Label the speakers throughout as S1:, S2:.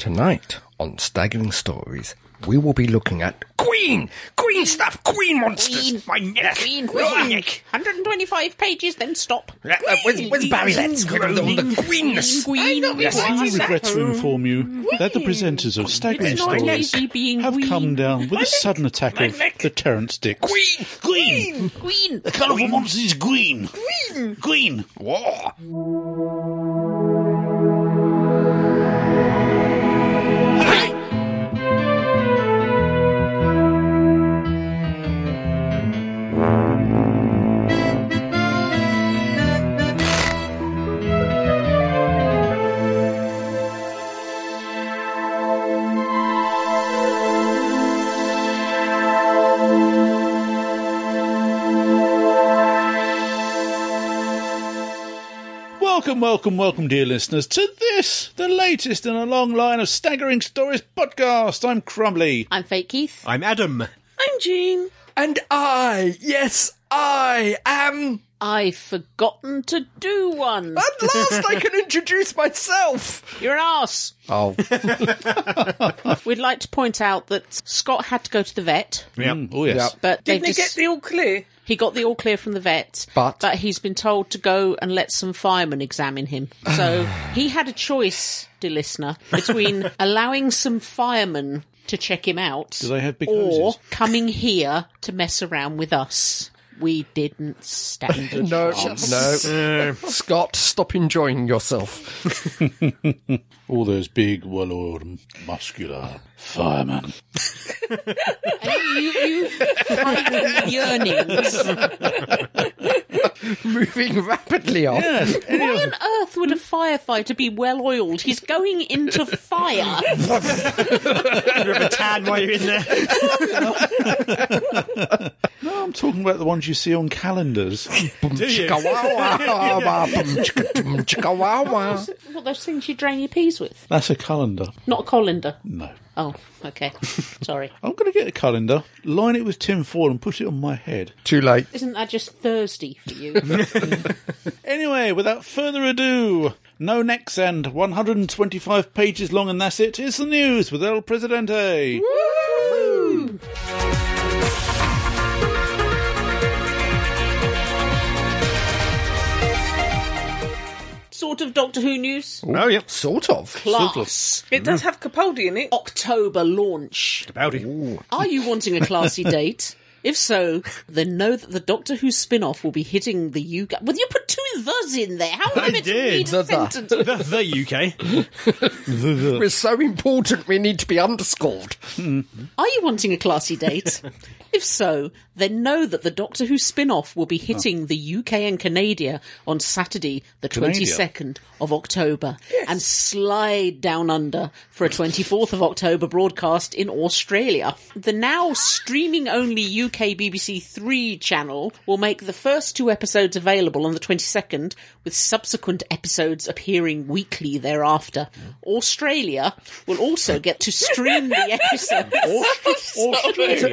S1: Tonight on Staggering Stories, we will be looking at Queen! Queen stuff! Queen monsters!
S2: Queen!
S1: My neck!
S2: Queen,
S1: My
S2: Queen.
S1: neck!
S2: 125 pages, then stop.
S1: Uh, uh, where's, where's Barry? Let's get on the
S2: Groaning.
S1: queenness.
S2: Queen,
S1: I know
S2: Yes,
S1: this
S2: I
S3: I
S1: is-
S2: Why?
S3: regret to inform you that the presenters of Staggering
S2: It's not
S3: Stories
S2: easy being
S3: have
S2: queen.
S3: come down with a sudden attack of
S1: neck.
S3: the Terence Dicks.
S1: Queen!
S4: Green!
S2: Queen!
S4: The colourful monster is green! Green! Green!
S1: War!
S3: Welcome, welcome, welcome, dear listeners, to this, the latest in a long line of Staggering Stories podcast. I'm Crumbly.
S2: I'm Fake Keith.
S5: I'm Adam.
S2: I'm Jean.
S1: And I, yes, I am.
S2: I've forgotten to do one.
S1: At last I can introduce myself.
S2: You're an arse.
S1: Oh,
S2: We'd like to point out that Scott had to go to the vet,
S3: Mm, oh, yes.
S2: but
S6: Didn't
S2: they've
S6: he
S2: just-
S6: get the all clear?
S2: he got the all clear from the vet,
S1: But-
S2: he's been told to go and let some firemen examine him. So he had a choice, dear listener, between allowing some firemen to check him out
S3: Do they have big
S2: or
S3: hoses?
S2: coming here to mess around with us. We didn't stand a
S1: no,
S2: chance.
S1: no. Scott, stop enjoying yourself.
S3: All those big, well-oiled, muscular firemen.
S2: you, you hiding yearnings. Why
S1: Moving rapidly on.
S3: Yes, any of-
S2: on earth would a firefighter be well oiled? He's going into fire.
S5: Remember Tan while you're in there?
S3: no, I'm talking about the ones you see on calendars.
S5: Do you?
S1: Chihuahua.
S2: What those things you drain your peas with?
S3: That's a calendar.
S2: Not a colander.
S3: No.
S2: Oh, okay. Sorry.
S3: I'm going to get a calendar, line it with tin foil, and put it on my head.
S1: Too late.
S2: Isn't that just Thursday for you?
S3: Anyway, without further ado, no next end, 125 pages long, and that's it. It's the news with El Presidente.
S2: sort of Doctor Who news.
S1: Oh, yeah. Sort of.
S2: Class.
S6: It does have Capaldi in it.
S2: October launch. Are you wanting a classy date? If so, then know that the Doctor Who spin-off will be hitting the UK. Well, you put two thes in there. How am I
S5: I
S2: meant to
S5: did.
S2: read
S1: The-
S2: a
S1: the.
S2: sentence?
S5: the, the UK.
S1: It's so important we need to be underscored.
S2: Are you wanting a classy date? if so, then know that the Doctor Who spin off will be hitting the UK and Canada on Saturday, the
S3: Canada?
S2: 22nd of October, and slide down under for a 24th of October broadcast in Australia. The now streaming only UK BBC Three channel will make the first two episodes available on the 22nd, with subsequent episodes appearing weekly thereafter. Australia will also get to stream the episodes.
S1: It's, it's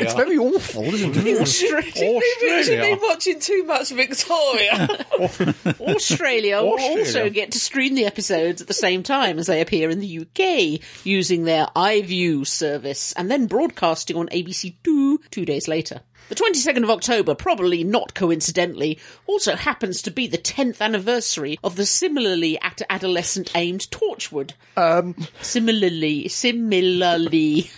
S3: Australia.
S1: very awful, isn't it?
S6: We've literally
S3: Australia.
S6: been watching too much Victoria.
S2: Australia will
S3: Australia.
S2: also get to stream the episodes at the same time as they appear in the UK using their iView service and then broadcasting on ABC Two two days later. The 22nd of October, probably not coincidentally, also happens to be the 10th anniversary of the similarly at adolescent aimed Torchwood. Um. Similarly, similarly.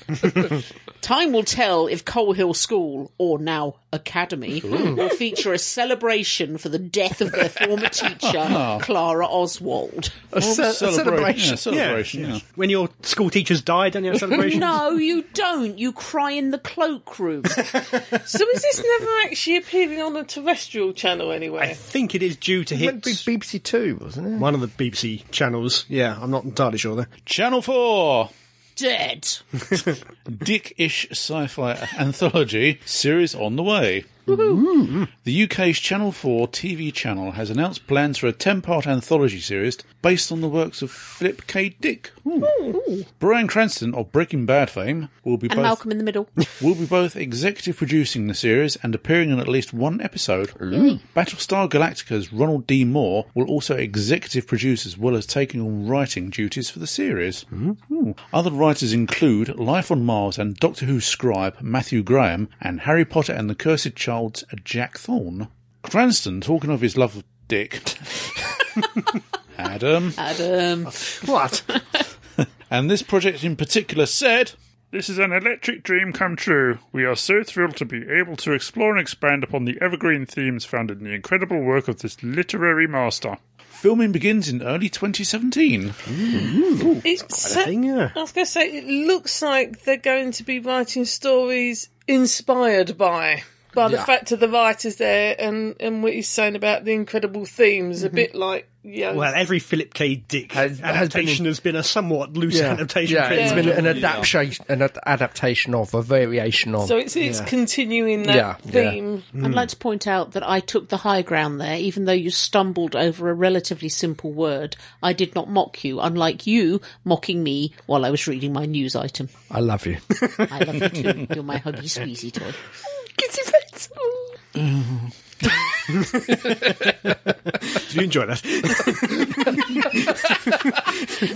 S2: Time will tell if Coal Hill School, or now Academy, will feature a celebration for the death of their former teacher, Clara Oswald.
S1: A, ce- a celebration.
S3: Yeah, celebration. yeah.
S5: When your school teachers die, don't you have celebrations?
S2: No, you don't. You cry in the cloakroom.
S6: so is this never actually appearing on a terrestrial channel
S5: I
S6: anyway?
S5: think it is due to
S1: It might
S5: hit
S1: be BBC Two, wasn't it?
S5: one of the BBC channels. Yeah, I'm not entirely sure there.
S3: Channel 4,
S2: Dead.
S3: Dick-ish sci-fi anthology series on the way. The UK's Channel 4 TV channel has announced plans for a 10 part anthology series based on the works of Philip K. Dick. Ooh. Brian Cranston, of Breaking Bad fame, will be,
S2: And
S3: both,
S2: Malcolm in the Middle.
S3: will be both executive producing the series and appearing in at least one episode. Battlestar Galactica's Ronald D. Moore will also executive produce as well as taking on writing duties for the series. Ooh. Other writers include Life on Mars and Doctor Who scribe Matthew Graham and Harry Potter and the Cursed Child's Jack Thorne. Cranston, talking of his love of dick. Adam.
S2: Adam.
S5: What?
S3: And this project in particular said. This is an electric dream come true. We are so thrilled to be able to explore and expand upon the evergreen themes found in the incredible work of this literary master. Filming begins in early 2017.
S6: It's
S5: I think, yeah.
S6: I was going to say, it looks like they're going to be writing stories inspired by by the fact of the writers there and, and what he's saying about the incredible themes, a bit like yeah,
S5: Well, every Philip K. Dick
S1: Has- has been-
S5: adaptation has been a somewhat loose adaptation.
S1: yeah,
S5: pretty
S1: it's
S5: much.
S1: been an adaptation, an ad- adaptation of a variation of.
S6: so it's it's continuing that
S1: Yeah, yeah.
S6: theme.
S2: I'd like to point out that I took the high ground there, even though you stumbled over a relatively simple word. I did not mock you, unlike you mocking me while I was reading my news item.
S1: I love you.
S2: I love you too. You're my huggy squeezy toy.
S5: Did you enjoy that?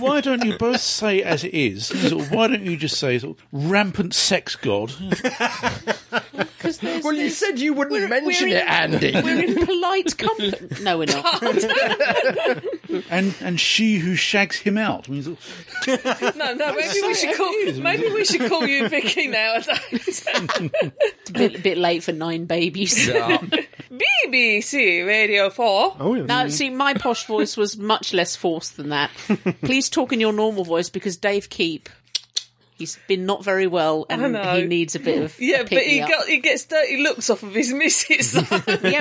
S3: Why don't you both say as it is? Sort of, why don't you just say sort of, rampant sex god?
S2: Because there's,
S1: well, you
S2: there's-
S1: said you wouldn't mention
S2: we're
S1: it, Andy.
S2: we're in polite company. No, we're not.
S3: And and she who shags him out. I mean, sort of,
S6: No, no, maybe we should call maybe we should call you Vicky nowadays.
S2: It's a bit, bit late for nine babies.
S6: BBC Radio Four.
S5: Oh, yeah.
S2: No, see, my posh voice was much less forced than that. Please talk in your normal voice because Dave Keep, he's been not very well and
S6: know.
S2: he needs a bit of. a
S6: Yeah, but he
S2: pick-me-up.
S6: got he gets dirty looks off of his missus.
S2: yeah,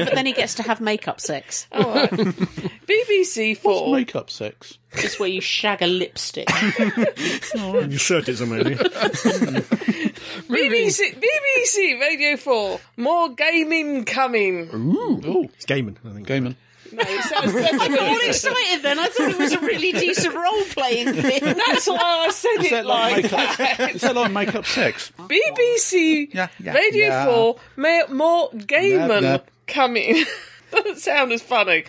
S2: but then he gets to have makeup sex.
S6: BBC Four.
S3: makeup sex.
S2: It's where you shag a lipstick.
S5: Your shirt is amazing.
S6: BBC, BBC Radio 4, more gaming coming.
S5: It's Gaiman, I think.
S3: Gaiman.
S6: No, it sounds better.
S2: all excited then. I thought it was a really decent role playing thing.
S6: That's why I said it like
S3: Is that like makeup sex?
S6: BBC
S3: Yeah, yeah,
S6: Radio
S3: yeah.
S6: 4, ma- more gaming
S3: Nah, nah.
S6: coming. Doesn't sound as funny.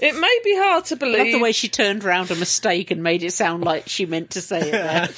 S6: It may be hard to
S2: I love
S6: believe,
S2: the way she turned round a mistake and made it sound like she meant to say it there.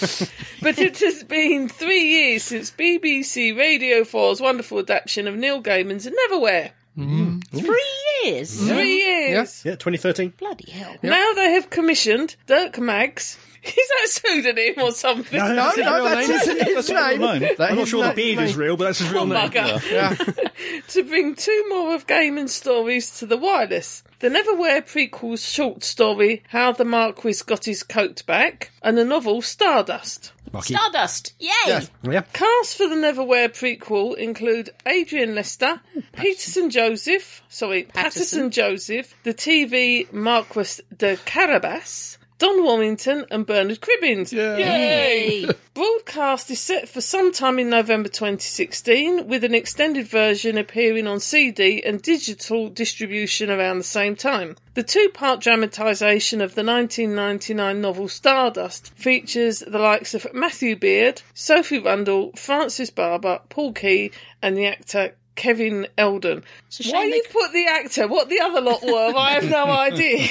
S6: but it has been three years since BBC Radio 4's wonderful adaptation of Neil Gaiman's Neverwhere.
S2: Three years.
S6: Three years.
S5: Yeah, 2013.
S2: Bloody hell.
S6: Now they have commissioned Dirk Maggs. Is that a pseudonym or something?
S1: No,
S5: That's his
S1: no,
S5: real
S1: that's
S5: name.
S1: his, his name.
S3: name.
S1: That
S5: I'm not
S1: is
S5: sure the
S1: not-
S5: beard is real, but that's his real name.
S6: bugger. to bring two more of Gaiman's stories to the wireless. The Neverwhere prequel's short story, How the Marquis Got His Coat Back, and the novel Stardust.
S5: Bucky.
S2: Stardust. Yay!
S5: Yeah.
S6: Cast for the Neverwhere prequel include Adrian Lester, Peterson Joseph, sorry, Patterson Joseph, the TV Marquis de Carabas, Don Warmington, and Bernard Cribbins. Yay!
S2: Yay.
S6: Broadcast is set for sometime in November 2016, with an extended version appearing on CD and digital distribution around the same time. The two part dramatisation of the 1999 novel Stardust features the likes of Matthew Beard, Sophie Rundle, Francis Barber, Paul Key, and the actor Kevin Eldon.
S2: a shame
S6: Why
S2: they
S6: you put the actor? What the other lot were, I have no idea.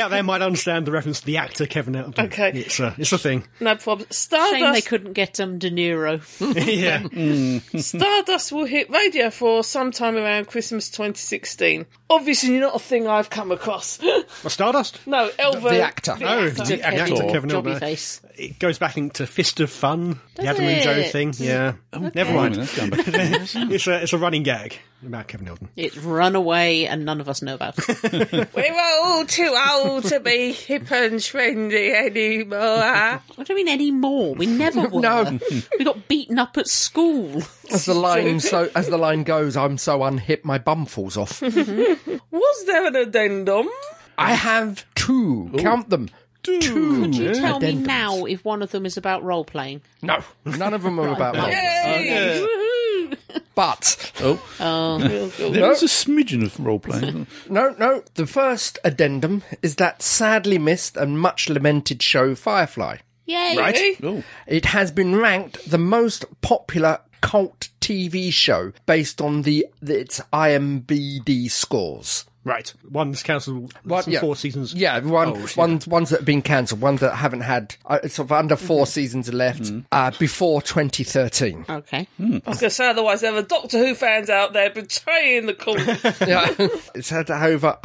S5: out there might understand the reference to the actor Kevin Eldon.
S6: Okay.
S5: It's a, it's a thing.
S6: No
S2: Shame
S6: problem.
S2: they
S6: Stardust
S2: couldn't get um, De Niro.
S5: yeah.
S1: Mm.
S6: Stardust will hit Radio 4 sometime around Christmas 2016. Obviously, not a thing I've come across.
S5: Well, Stardust.
S6: no, Elva.
S1: The actor.
S5: Oh,
S6: actor.
S5: the actor
S2: Kevin,
S5: Kevin
S2: jobby
S5: Eldon.
S2: face.
S5: It goes back into Fist of Fun, the Adam and
S2: it?
S5: Joe thing. Yeah.
S1: Oh,
S5: Never
S3: Blimey,
S5: mind.
S3: that's going back.
S5: It's a, it's a running gag about Kevin Eldon.
S2: It's run away and none of us know about it.
S6: We were all too old to be hip and trendy anymore.
S2: What do you mean anymore? We never were.
S1: No.
S2: We got beaten up at school.
S1: As the line so as the line goes, I'm so unhip, my bum falls off.
S6: Was there an addendum?
S1: I have two. Count them. Two.
S2: You
S1: addendums.
S2: tell me now if one of them is about role playing.
S1: No, none of them are about.
S2: Right.
S1: Marvel.
S6: Yay!
S1: But
S3: Oh,
S6: Real good.
S3: there was a smidgen of role playing.
S1: no, no. The first addendum is that sadly missed and much lamented show Firefly.
S2: Yay.
S6: Really?
S3: oh,
S1: It has been ranked the most popular cult TV show based on the its IMBD scores.
S5: Right. One's cancelled
S1: What,
S5: some
S1: yeah.
S5: four seasons.
S1: Yeah, one, ones, ones that have been cancelled, ones that haven't had uh, sort of under 4 seasons left uh, before 2013.
S2: Okay.
S6: I was going to say, otherwise, there are Doctor Who fans out there betraying the cult.
S1: Yeah. it's had over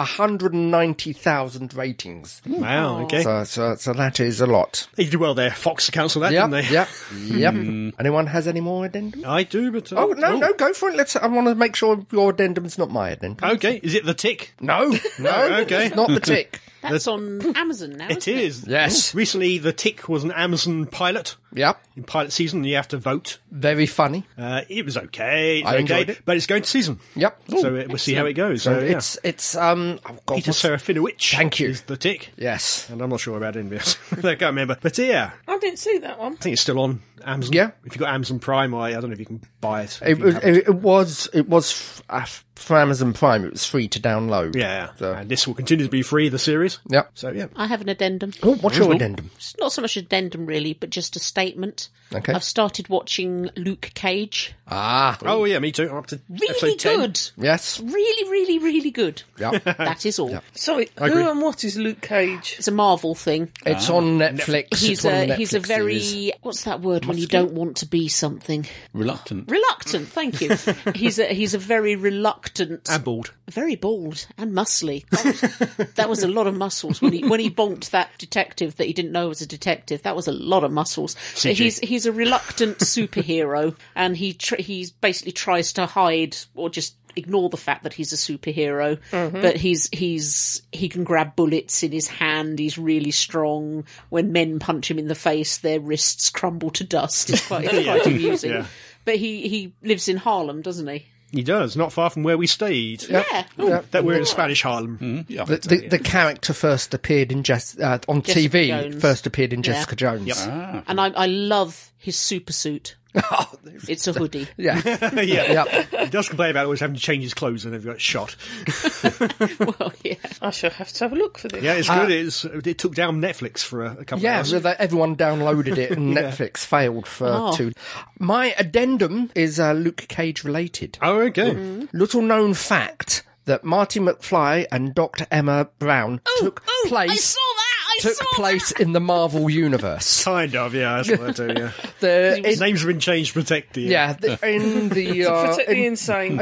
S1: 190,000 ratings.
S5: Wow,
S2: Oh.
S5: okay.
S1: So, so, so that is a lot.
S5: They did well there. Fox cancelled that,
S1: Yep,
S5: didn't they?
S1: yep, yep. Anyone has any more addendum?
S5: I do, but. uh,
S1: Hmm. Oh no, no, go for it. Let's. I want to make sure your addendum's not my addendum.
S5: Okay, is it the tick?
S1: Uh, No, no,
S5: Okay.
S1: it's not the tick.
S2: That's on Amazon now.
S5: It
S2: isn't
S5: is. Oh.
S1: Yes.
S5: Recently, the tick was an Amazon pilot.
S1: Yep,
S5: In pilot season, you have to vote.
S1: very funny.
S5: Uh, it was okay. It's
S1: I
S5: okay,
S1: enjoyed it.
S5: but it's going to season.
S1: Yep.
S5: so uh, we'll see how it goes. So,
S1: So
S5: yeah.
S1: it's it's um. Oh God,
S5: Peter
S1: what's-
S5: Serafinovich.
S1: Thank you.
S5: Is the tick.
S1: yes,
S5: And I'm not sure about anybody else. I can't remember. But uh, yeah, I
S6: I didn't see that one.
S5: think it's still on Amazon.
S1: Yeah.
S5: If you've got Amazon Prime, I, I don't know if you can buy it. if
S1: it
S5: you
S1: was
S5: have
S1: it, it was it was f- uh, f- for Amazon Prime. It was free to download.
S5: Yeah.
S1: So-
S5: And this will continue to be free, the series.
S1: Yep.
S5: So yeah.
S2: I have an addendum.
S1: Oh, what's your addendum?
S2: It's not so much addendum really, but just a statement.
S1: Okay.
S2: I've started watching Luke Cage.
S1: Ah,
S5: Oh yeah, me too. I'm up to
S2: Really
S5: episode 10.
S2: good.
S1: yes.
S2: Really, really, really good.
S1: Yep.
S2: That is all.
S6: Sorry, who and what is Luke Cage?
S2: It's a Marvel thing.
S1: It's on Netflix. It's
S2: Ah. He's
S1: one of
S2: a
S1: the
S2: he's a
S1: Netflix
S2: very
S1: series.
S2: what's that word when you don't want to be something
S3: reluctant.
S2: reluctant. Thank you. he's a he's a very reluctant,
S5: And bored.
S2: very bald and muscly. God, that was a lot of muscles when he when he bonked that detective that he didn't know was a detective. That was a lot of muscles. So he's he's a reluctant superhero, and he tr- he basically tries to hide or just ignore the fact that he's a superhero but he's he's he can grab bullets in his hand he's really strong when men punch him in the face their wrists crumble to dust it's quite, it's quite amusing
S5: Yeah.
S2: but he he lives in harlem doesn't he
S5: He does, not far from where we stayed.
S2: yeah
S5: That we're in Spanish Harlem.
S2: Hmm.
S3: Yeah,
S1: The, the, the character first appeared in Jess uh, on TV.
S2: Jones.
S1: First appeared in Jessica Jones.
S2: and I, I love his super suit it's a hoodie
S1: Yeah,
S5: yeah.
S1: yeah.
S5: He does complain about always having to change his clothes and then he got shot.
S2: well yeah
S6: I shall have to have a look for this.
S5: Yeah, it's good. it's, it took down Netflix for a, a couple
S1: Uh, Yeah,
S5: of
S1: so
S5: hours.
S1: that everyone downloaded it and Netflix failed for
S2: Oh.
S1: two. My addendum is uh, Luke Cage related.
S5: Oh, okay.
S1: Little known fact that Marty McFly and Dr. Emma Brown
S2: Oh,
S1: took place
S2: that
S1: took place in the Marvel universe.
S5: Kind of, yeah. That's what I do, yeah.
S1: The-
S5: His
S1: in-
S5: names have been changed to protect the.
S1: yeah, the, in the uh,
S6: Protect the
S1: in-
S6: insane.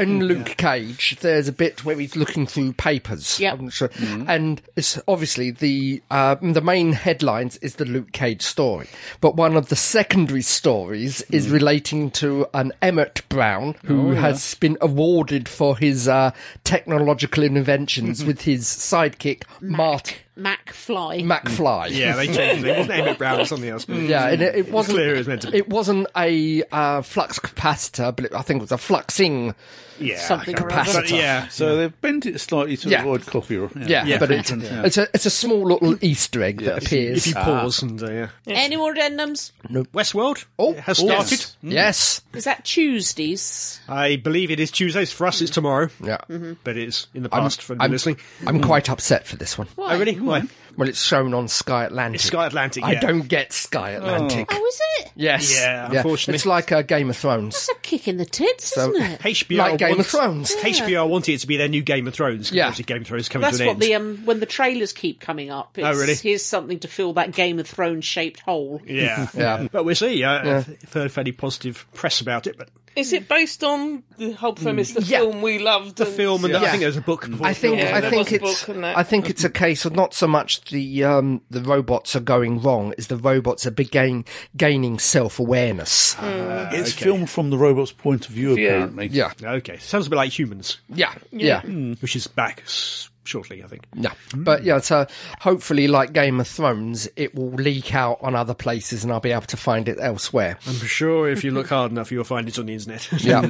S1: in Luke Cage, there's a bit where he's looking through papers.
S2: Yep.
S1: I'm not sure.
S5: Mm-hmm.
S1: And it's obviously the uh, the main headlines is the Luke Cage story, but one of the secondary stories is
S5: Mm.
S1: relating to an Emmett Brown who
S5: Oh,
S1: has been awarded for his uh, technological
S5: Mm-hmm.
S1: inventions with his sidekick Mart
S2: mac fly
S1: McFly.
S5: Yeah, they changed it. It wasn't Emmett Brown or something else. But
S1: Yeah, and it, it wasn't.
S5: clear it was meant to be.
S1: It wasn't a uh, flux capacitor, but it, I think it was a fluxing.
S5: yeah,
S2: something or
S1: Capacitor.
S2: other
S5: But yeah.
S3: So they've bent it slightly to
S1: Yeah.
S3: avoid copy. or-
S1: Yeah, but it's, it's a it's a small little Easter egg that appears.
S5: If you pause and. Uh, yeah.
S2: any more addendums
S5: Westworld
S1: Oh,
S5: has
S1: oh,
S5: started.
S1: Yes. Yes.
S2: is that tuesdays
S5: I believe it is Tuesdays. For us, it's tomorrow.
S1: Yeah.
S6: Mm-hmm.
S5: But it's in the past for the
S1: Mm-hmm. I'm,
S5: listening.
S1: I'm quite upset for this one.
S5: Oh, really? Why?
S1: Well, it's shown on Sky Atlantic.
S5: Sky Atlantic.
S1: I
S5: yeah.
S1: don't get Sky Atlantic.
S2: oh is it
S1: Yes.
S5: Yeah, unfortunately.
S1: It's like uh, Game of Thrones.
S2: it's a kick in the tits isn't it
S5: HBO
S1: Like Game of
S5: wants-
S1: Thrones.
S5: HBO wanted it to be their new Game of Thrones. 'cause
S1: Yeah.
S5: obviously Game of Thrones is coming
S2: That's
S5: to an
S2: what
S5: end.
S2: the um when the trailers keep coming up. It's,
S5: really?
S2: Here's something to fill that Game of Thrones shaped hole.
S5: yeah.
S1: Yeah.
S5: But we'll see. Uh, I've heard fairly positive press about it, but
S6: Is it based on the whole premise, the
S1: Yeah.
S6: film we loved? The
S5: film and I
S1: Yeah. Mm.
S5: think there's a book. Before
S1: I think
S6: Yeah,
S1: I
S6: there
S1: think
S6: was a
S1: it's
S6: book on that.
S1: I think it's a case of not so much the um, the robots are going wrong, is the robots are beginning gaining self awareness.
S6: Mm.
S3: It's filmed from the robot's point of view, apparently.
S1: yeah,
S5: Okay, sounds a bit like humans,
S1: yeah, yeah,
S5: which is back s- shortly, I think.
S1: yeah. But yeah, so hopefully, like Game of Thrones, it will leak out on other places, and I'll be able to find it elsewhere.
S5: I'm sure if you look hard enough, you'll find it on the internet.
S1: Yeah.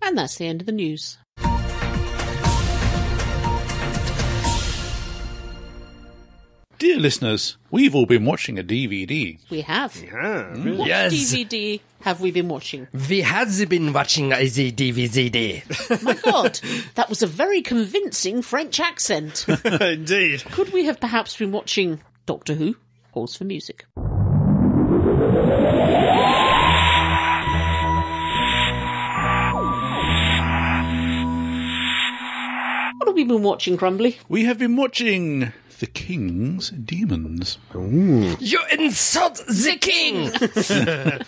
S2: And that's the end of the news.
S3: Dear listeners, we've all been watching a DVD.
S2: We have.
S5: Ah, really?
S2: What
S1: Yes.
S2: DVD have we been watching?
S1: We have been watching a DVD.
S2: My God, that was a very convincing French accent.
S5: Indeed.
S2: Could we have perhaps been watching Doctor Who? Pause for music. What have we been watching, Crumbly?
S3: We have been watching The King's Demons.
S1: you insult the king!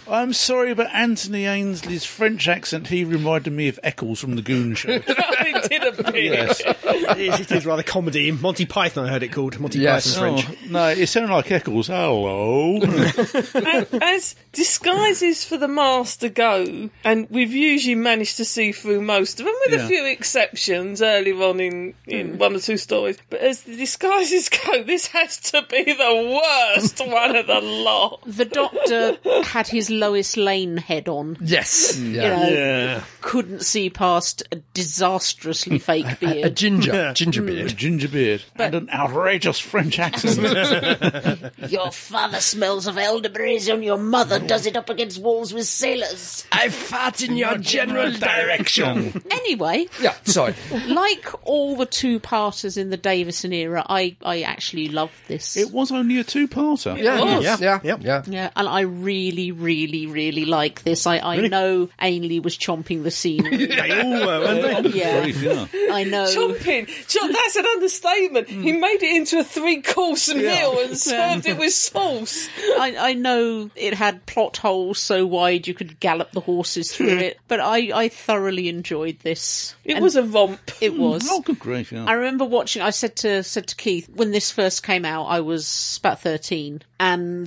S3: I'm sorry, but Anthony Ainsley's French accent, he reminded me of Eccles from The Goon Show.
S6: it did appear.
S3: yes.
S5: It is, it is rather comedy. Monty Python, I heard it called. Monty
S1: Yes.
S5: Python French.
S3: Oh, no, it sounded like Eccles. Hello.
S6: And as disguises for the master go, and we've usually managed to see through most of them, with
S3: Yeah.
S6: a few exceptions earlier on in, in one or two stories. But as the disguises go, this has to be the worst one of the lot.
S2: The Doctor had his Lois Lane head on.
S1: yes.
S2: You
S1: Yeah.
S2: know,
S5: Yeah.
S2: couldn't see past a disastrously fake
S1: A
S2: beard.
S1: ginger, ginger
S3: A
S1: beard.
S3: ginger beard and an outrageous French accent.
S2: Your father smells of elderberries, and your mother does it up against walls with sailors.
S1: I fart in your general direction.
S2: Anyway,
S1: yeah, sorry.
S2: like all the two-parters in the Davison era, I, I actually love this.
S3: it was only a two-parter.
S1: Yeah,
S5: Yeah.
S1: yeah, yeah.
S5: Yep.
S2: yeah, and I really, really, really like this. I, I know Ainley was chomping the scenery.
S5: They all
S3: uh,
S5: were, weren't they?
S2: yeah,
S3: Great, yeah.
S2: I know.
S6: Chomping. Chomp, that's an understatement. He made it into a three course meal and served it with sauce.
S2: I, I know it had plot holes so wide you could gallop the horses through it, but I, I thoroughly enjoyed this.
S6: It was a romp.
S2: It was.
S3: Oh, good grief, yeah.
S2: I remember watching. I said to said to Keith when this first came out. I was about thirteen, and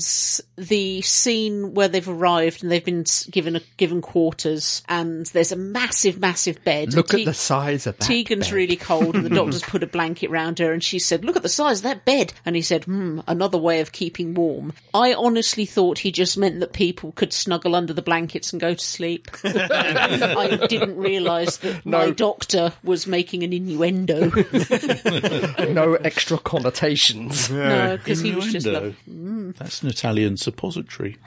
S2: the scene where they've arrived and they've been s- given a, given quarters, and there's a massive, massive bed.
S1: Look
S2: Te-
S1: at the size of that.
S2: Tegan's
S1: bed.
S2: really cold, and the doctor's put a blanket round her, and she said, "Look at the size of that bed." And he said, "Hmm, another way of keeping warm." I honestly thought he just meant that people could snuggle under the blankets and go to sleep. I didn't realise that my doctor was making an innuendo.
S1: No extra connotations.
S2: No, because he was just
S3: Innuendo.
S2: like,
S3: That's an Italian suppository.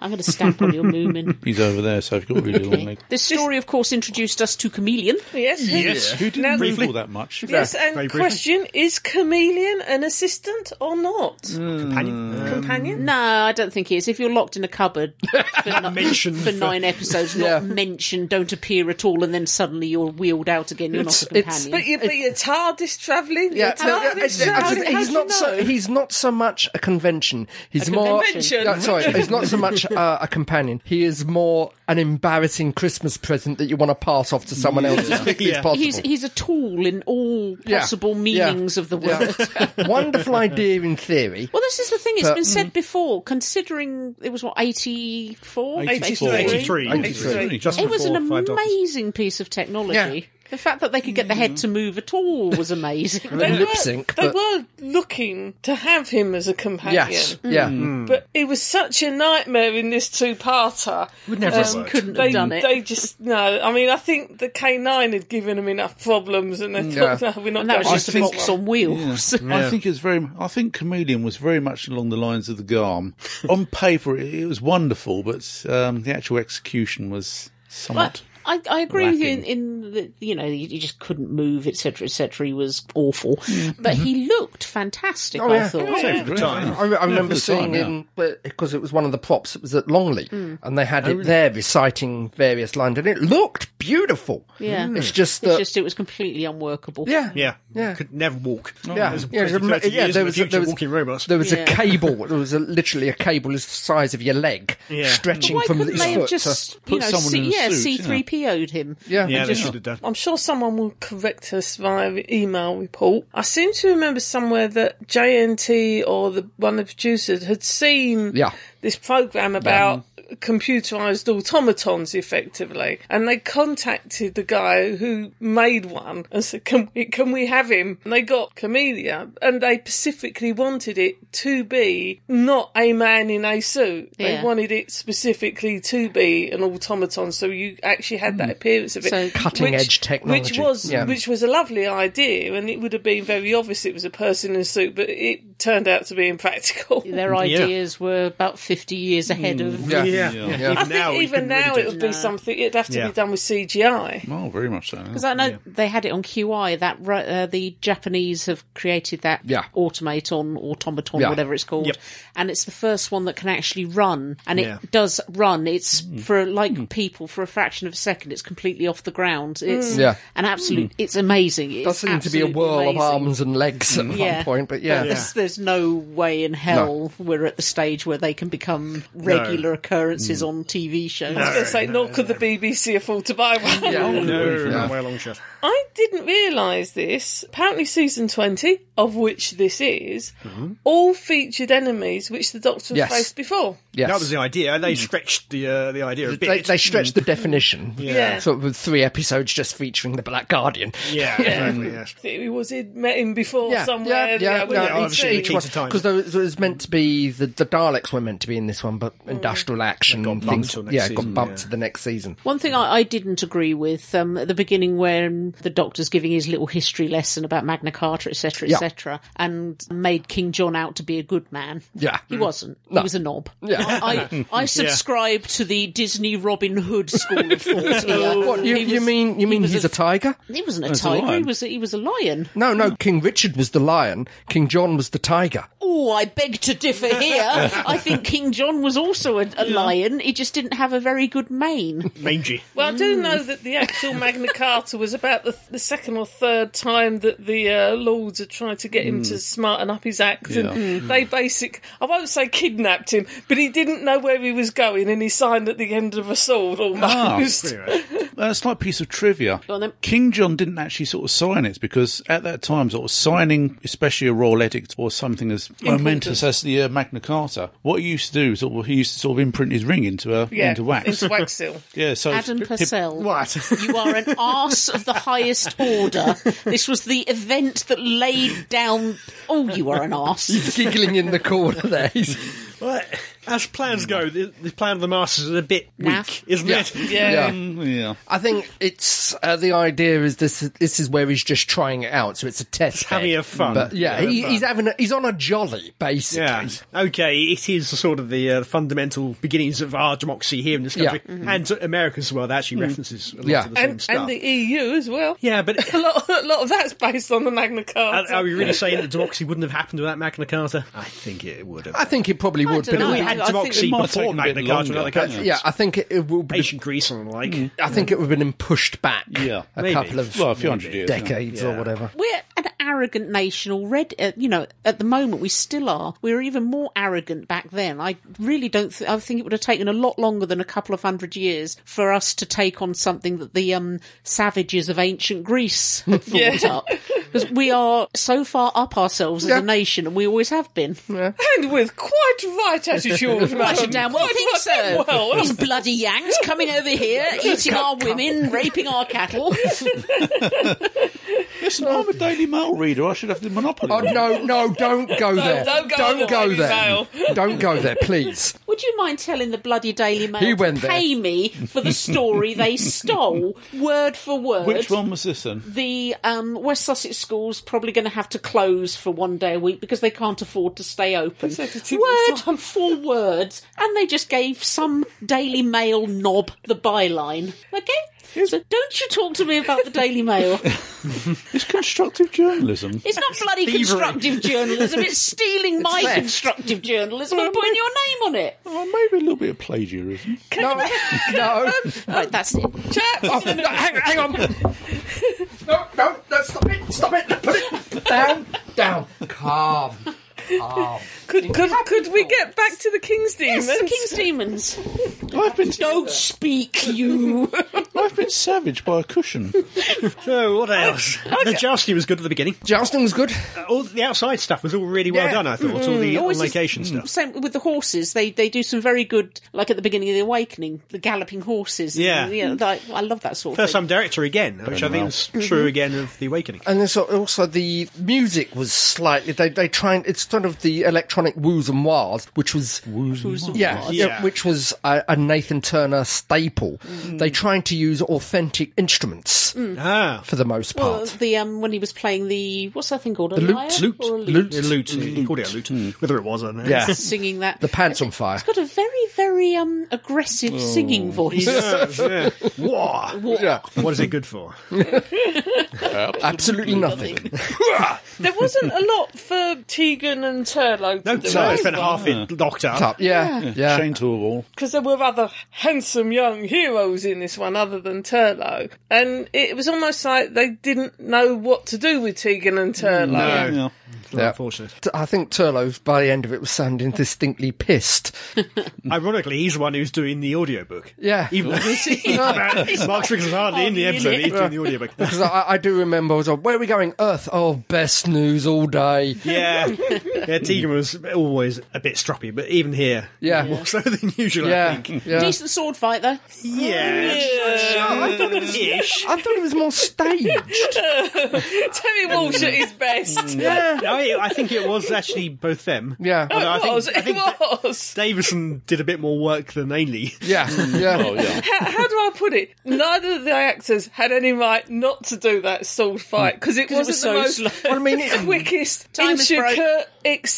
S2: I'm going to stamp on your moomin.
S3: He's over there, so I've got a really long leg.
S2: This story, of course, introduced us to Chameleon.
S6: Yes.
S5: Yes.
S3: Who didn't
S6: Now-
S3: move all that much?
S6: Yes,
S5: very
S6: and
S5: briefly.
S6: question is chameleon an assistant or not?
S5: Companion. Uh,
S6: Companion?
S2: No, I don't think he is. If you're locked in a cupboard for, ni-
S5: mentioned
S2: for
S5: for-
S2: nine episodes,
S1: Yeah.
S2: not mentioned, don't appear at all, and then suddenly you're wheeled out again, you're
S1: It's-
S2: not a
S1: it's-
S2: companion.
S6: But you, but you're TARDIS travelling.
S1: Yeah,
S6: you're
S1: no,
S6: TARDIS
S1: it's- it's-
S6: travelling,
S1: it's-
S6: how
S1: he's
S6: do
S1: not
S6: you
S1: so
S6: know?
S1: he's not so much a convention. He's more
S6: convention.
S1: No, sorry, he's not so much uh, a companion. He is more an embarrassing Christmas present that you want to pass off to someone else as quickly
S5: Yeah.
S1: as possible.
S2: he's, he's a tool in all
S1: Yeah.
S2: possible
S1: Yeah.
S2: meanings of the word.
S1: Yeah. Wonderful idea in theory.
S2: Well, this is the thing. It's been
S1: mm.
S2: said before. Considering it was what 84?
S3: 84.
S5: 83.
S6: 83.
S5: Just
S2: It was an
S5: before Five Doctors.
S2: amazing piece of technology.
S1: Yeah. Mm-hmm.
S2: The fact that they could get the head to move at all was amazing.
S6: They
S1: lip
S6: were-
S1: sync,
S6: They
S1: but-
S6: were looking to have him as a companion,
S1: Yes, yeah.
S2: Mm.
S1: Mm.
S6: but it was such a nightmare in this two-parter.
S5: Would never have worked.
S2: Um, Couldn't
S6: They,
S2: have done it.
S6: they just no. I mean, I think the K nine had given him enough problems, and they thought,
S1: Yeah.
S6: no, we're not.
S2: and that was
S6: going
S2: just
S6: to
S2: a
S6: this
S2: box
S6: one.
S2: on wheels.
S3: I think it's very. I think Chameleon was very much along the lines of the Garm. On paper, it, it was wonderful, but um, the actual execution was somewhat.
S2: But I, I agree with you in,
S3: Lacking.
S2: in that, you know, he, he just couldn't move, etc., etc. He was awful. But he looked fantastic, I
S1: yeah.
S2: thought.
S3: Save the time.
S1: I,
S2: Mm.
S1: I remember
S3: the
S1: seeing
S3: time, yeah.
S1: him because it was one of the props. It was at Longley,
S2: Mm.
S1: and they
S2: Oh,
S1: had it there reciting various lines, and it looked beautiful.
S2: Yeah. Mm.
S1: it's just
S2: It's
S1: that.
S2: just, it was completely unworkable.
S1: yeah,
S5: Yeah.
S1: Yeah.
S5: Could never walk.
S1: Yeah,
S5: There's
S1: yeah,
S5: 20, 30
S1: yeah,
S5: years
S1: there
S5: in the
S1: was-
S5: future
S1: there was-
S5: walking robots.
S1: There was
S2: Yeah.
S1: a cable. There was a, literally a cable the size of your leg
S5: Yeah.
S1: stretching
S2: Why
S1: from
S2: couldn't
S1: his
S2: they have
S1: foot.
S2: just,
S3: put
S2: you know,
S3: someone in
S2: C,
S3: a
S2: yeah,
S3: suit,
S2: C3PO'd him?
S1: to, yeah,
S5: yeah, they should have done.
S6: I'm sure someone will correct us via email report. I seem to remember somewhere that JNT or the one of the producers had seen
S1: Yeah.
S6: this program about computerized automatons, effectively. And they contacted the guy who made one and said, "Can we can we have him?" And they got Camellia, and they specifically wanted it to be not a man in a suit. They
S2: Yeah.
S6: wanted it specifically to be an automaton, so you actually had that appearance of it.
S2: So-
S1: Cutting edge Mm. technology.
S6: Which was
S1: Yeah.
S6: which was a lovely idea, and it would have been very obvious it was a person in a suit, but it turned out to be impractical.
S2: Their ideas were about 50 years ahead of.
S1: Yeah.
S5: Yeah.
S3: Yeah.
S6: I think
S5: you couldn't
S6: even
S5: really
S6: now
S5: do
S6: it would be something. It'd have to
S5: Yeah.
S6: be done with CGI.
S3: Oh, very much so.
S2: Because I know they had it on QI. That ri- uh, the Japanese have created that
S1: Yeah.
S2: automaton, automaton,
S1: Yeah.
S2: whatever it's called,
S5: Yep.
S2: and it's the first one that can actually run, and
S5: Yeah.
S2: it does run. It's
S1: Mm-hmm.
S2: for like people for a fraction of a second. It's completely off the ground. It's
S1: Yeah.
S2: an absolute. It's amazing. It
S1: Does seem to be a whirl of arms and legs at
S2: Yeah.
S1: one point, but yeah.
S2: There's, there's no way in hell we're at the stage where they can become regular occurrences
S1: Mm.
S2: on TV shows.
S6: I was going to say, nor could the BBC afford to buy one.
S1: Yeah.
S5: No, no, way a long shot.
S6: I didn't realise this. Apparently, season 20, of which this is,
S5: Mm-hmm.
S6: all featured enemies which the Doctor
S1: Yes.
S6: had faced before.
S1: Yes. Mm.
S5: That was the idea. They stretched the uh, the idea a bit. Hmm.
S1: they, they stretched the definition.
S6: Yeah.
S1: Sort of with three episodes just featuring the Black Guardian.
S5: yeah, exactly. Yes.
S6: He was he'd met him before somewhere.
S1: yeah,
S6: we
S1: yeah,
S6: didn't
S5: obviously,
S6: see.
S5: each one- Kings of Time.
S1: Because there, was- there was meant to be the, the Daleks were meant to be in this one,
S2: Mm.
S1: but industrial action
S5: got bumped
S1: things,
S5: till next
S1: yeah,
S5: season,
S1: got bumped
S5: yeah.
S1: to the next season.
S2: One thing I, I didn't agree with um, at the beginning, when the Doctor's giving his little history lesson about Magna Carta, etc.,
S1: Yeah.
S2: etc., and made King John out to be a good man.
S1: Yeah. Mm.
S2: he wasn't. He was a knob.
S1: Yeah.
S2: I, I, I subscribe to the Disney Robin Hood school of thought. here.
S1: What you,
S2: He
S1: you
S2: was-
S1: mean? You mean
S2: was
S1: he's
S2: a-
S1: a tiger?
S2: He wasn't a
S3: That's a
S2: tiger. he
S3: lion.
S2: was a, he was a lion.
S1: No, no. King Richard was the lion. King John was the tiger.
S2: Oh, I beg to differ here. I think King John was also a, a lion. He just didn't have a very good mane.
S5: Mangy.
S6: Well, I do know that the actual Magna Carta was about the, the second or third time that the uh, Lords had tried to get him to smarten up his act, and they basic I won't say kidnapped him, but he didn't know where he was going, and he signed at the end of a sword almost.
S3: A slight piece of trivia.
S2: on then.
S3: King John didn't actually sort of sign it because at that time, sort of signing, especially a royal edict or something as momentous as the uh, Magna Carta, what he used to do is sort of, he used to sort of imprint his ring into a
S6: yeah,
S3: into wax.
S6: Into wax seal.
S3: yeah, so
S2: Adam
S3: it-
S2: Purcell.
S5: What?
S2: You are an arse of the highest order. This was the event that laid down. Oh, you are an arse.
S1: Giggling in the corner there. He's,
S5: Well, as plans go, the, the plan of the Masters is a bit
S2: Naff.
S5: weak, isn't
S1: Yeah.
S5: it?
S6: Yeah.
S3: Um,
S1: yeah.
S3: Mm, yeah.
S1: I think it's uh, the idea is this. This is where he's just trying it out, so it's a test. He's
S5: having a fun.
S1: But yeah,
S5: Having
S1: he,
S5: fun.
S1: he's having. A, he's on a jolly, basically.
S5: Yeah. Okay. It is sort of the uh, fundamental beginnings of our democracy here in this
S1: Yeah.
S5: country and America as well. That actually references a lot
S1: Yeah.
S5: of the same
S6: And,
S5: stuff.
S6: and the EU as well.
S5: yeah, but
S6: A lot, a lot of that's based on the Magna
S5: are,
S6: Carta.
S5: are we really saying that democracy wouldn't have happened without Magna Carta? I think it would have.
S1: I think it probably would,
S2: don't
S1: but it
S2: know.
S1: would,
S5: we had
S2: I think it
S5: democracy
S3: might have
S5: before
S3: taken a bit
S5: Magna Carta in
S3: longer,
S5: other
S3: hadn't it?
S5: countries.
S1: yeah, I think it, it would. Be,
S5: Ancient Greece and the like.
S1: I think it would have been pushed back.
S3: Yeah.
S1: a
S5: Maybe.
S1: couple of
S3: Well, a few hundred years. yeah.
S1: decades or whatever.
S2: We're an arrogant nation already. Uh, you know, at the moment we still are. We were even more arrogant back then. I really don't. Th- I think it would have taken a lot longer than a couple of hundred years for us to take on something that the um, savages of ancient Greece had thought up. Because we are so far up ourselves as a nation, and we always have been.
S6: And with quite right attitude,
S2: I
S6: madam.
S2: should damn Um, well
S6: Quite
S2: think
S6: right-
S2: so.
S6: Well,
S2: These bloody Yanks coming over here, eating our women, raping our cattle.
S3: Listen, I'm a Daily Mail reader. I should have the monopoly.
S1: Oh
S3: on it.
S1: no, no! Don't go there.
S6: don't go on the Daily
S1: there. Don't go there, please.
S2: Would you mind telling the bloody Daily Mail
S1: He
S2: to
S1: went there.
S2: pay me for the story they stole, word for word?
S3: Which one was this then?
S2: The um, West Sussex school's probably going to have to close for one day a week because they can't afford to stay open.
S6: Exactly.
S2: Word for word, and they just gave some Daily Mail knob the byline. Okay, so don't you talk to me about the Daily Mail.
S3: It's constructive journalism.
S2: It's not bloody
S5: thievery.
S2: constructive journalism. It's stealing my
S1: theft.
S2: constructive journalism and putting your name on it.
S3: Well, Oh, maybe a little bit of plagiarism.
S1: No, no.
S2: Right, that's it.
S6: chaps,
S1: Oh, no, hang, hang on. No, no, no! Stop it! Stop it! Put it down, down. Calm.
S6: could, could, could we get back to the King's Demons?
S2: Yes, the King's Demons.
S3: I've been,
S2: Don't speak, you.
S3: I've been savaged by a cushion.
S5: So what else? the jousting was good at the beginning.
S1: Jousting was good.
S5: All the outside stuff was all really well
S1: Yeah.
S5: done. I thought all the on
S2: Always is-
S5: location stuff.
S2: Same with the horses. They they do some very good, like at the beginning of the Awakening, the galloping horses.
S5: Yeah.
S2: you know, like, I love that sort. of
S5: First
S2: thing.
S5: time director again, which I think is true again of the awakening.
S1: And then so also the music was slightly they they try and it's sort of the electronic woos and wahs, which was
S2: Who's the
S1: yeah,
S2: boss?
S1: yeah,
S5: Yeah.
S1: which was a, a Nathan Turner staple. They tried to use authentic instruments
S5: Ah,
S1: for the most part.
S2: Well, the um when he was playing the what's that thing called a
S1: lute.
S2: lyre
S1: Lute.
S2: or a lute?
S5: Yeah, loot. He called it a loot.
S3: Mm.
S5: Whether it was, I don't know.
S1: Yeah.
S2: singing that.
S1: the pants on fire.
S2: Got a very very um aggressive singing voice.
S5: Yeah, yeah. Wah.
S1: Yeah,
S5: What is it good for?
S1: absolutely nothing.
S6: There wasn't a lot for Tegan and Turlo
S5: No,
S6: to do.
S5: so I spent half it locked up.
S1: Up, yeah, yeah.
S3: Chain to a wall.
S6: because there were other handsome young heroes in this one other than Turlo. And it was almost like they didn't know what to do with Tegan and Turlo.
S3: Yeah.
S1: Yeah.
S5: Unfortunate.
S1: T- I think Turlo by the end of it was sounding distinctly pissed.
S5: Ironically, he's the one who's doing the audiobook.
S1: Yeah.
S5: Even Mark Strickland's hardly in the episode, he's doing the audiobook.
S1: Because I, I do remember, I was like, where are we going? Earth. Oh, best news all day.
S5: Yeah. Yeah, Tegan was always a bit stroppy, but even here,
S1: Yeah.
S5: more so than usual, I
S1: Yeah.
S5: think.
S1: yeah.
S2: Decent sword fight though.
S5: Yeah. I thought it was ish.
S1: I thought it was more staged.
S6: Terry Walsh at his best.
S5: Mm. Yeah. No, I, I think it was actually both them.
S1: Yeah.
S5: Although I
S6: It was.
S5: think, I
S6: It
S5: think
S6: was.
S5: Davison did a bit more work than Ainley.
S1: Yeah. Yeah.
S3: yeah.
S6: How, how do I put it? Neither of the actors had any right not to do that sword fight because it
S2: it
S6: wasn't
S2: was
S6: the
S2: so
S6: most
S2: slow.
S1: Well, I mean, it-
S6: quickest,
S2: Time is broke.
S6: intricate,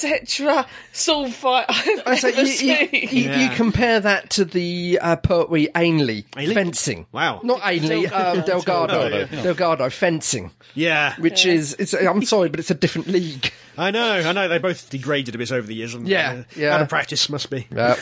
S6: etc. sword fight I've
S1: I say
S6: ever
S1: you, you-
S6: seen.
S1: you- you
S5: Yeah.
S1: compare that to the uh, Pertwee Ainley
S5: Ainley?
S1: fencing.
S5: Wow.
S1: Not Ainley, um, Delgado.
S3: Delgado, yeah.
S1: Delgado fencing,
S5: Yeah.
S1: which is, it's, I'm sorry, but it's a different league.
S5: I know, I know. They both degraded a bit over the years. haven't they? Uh,
S1: Yeah, yeah.
S5: Out of practice, must be.
S1: Yeah.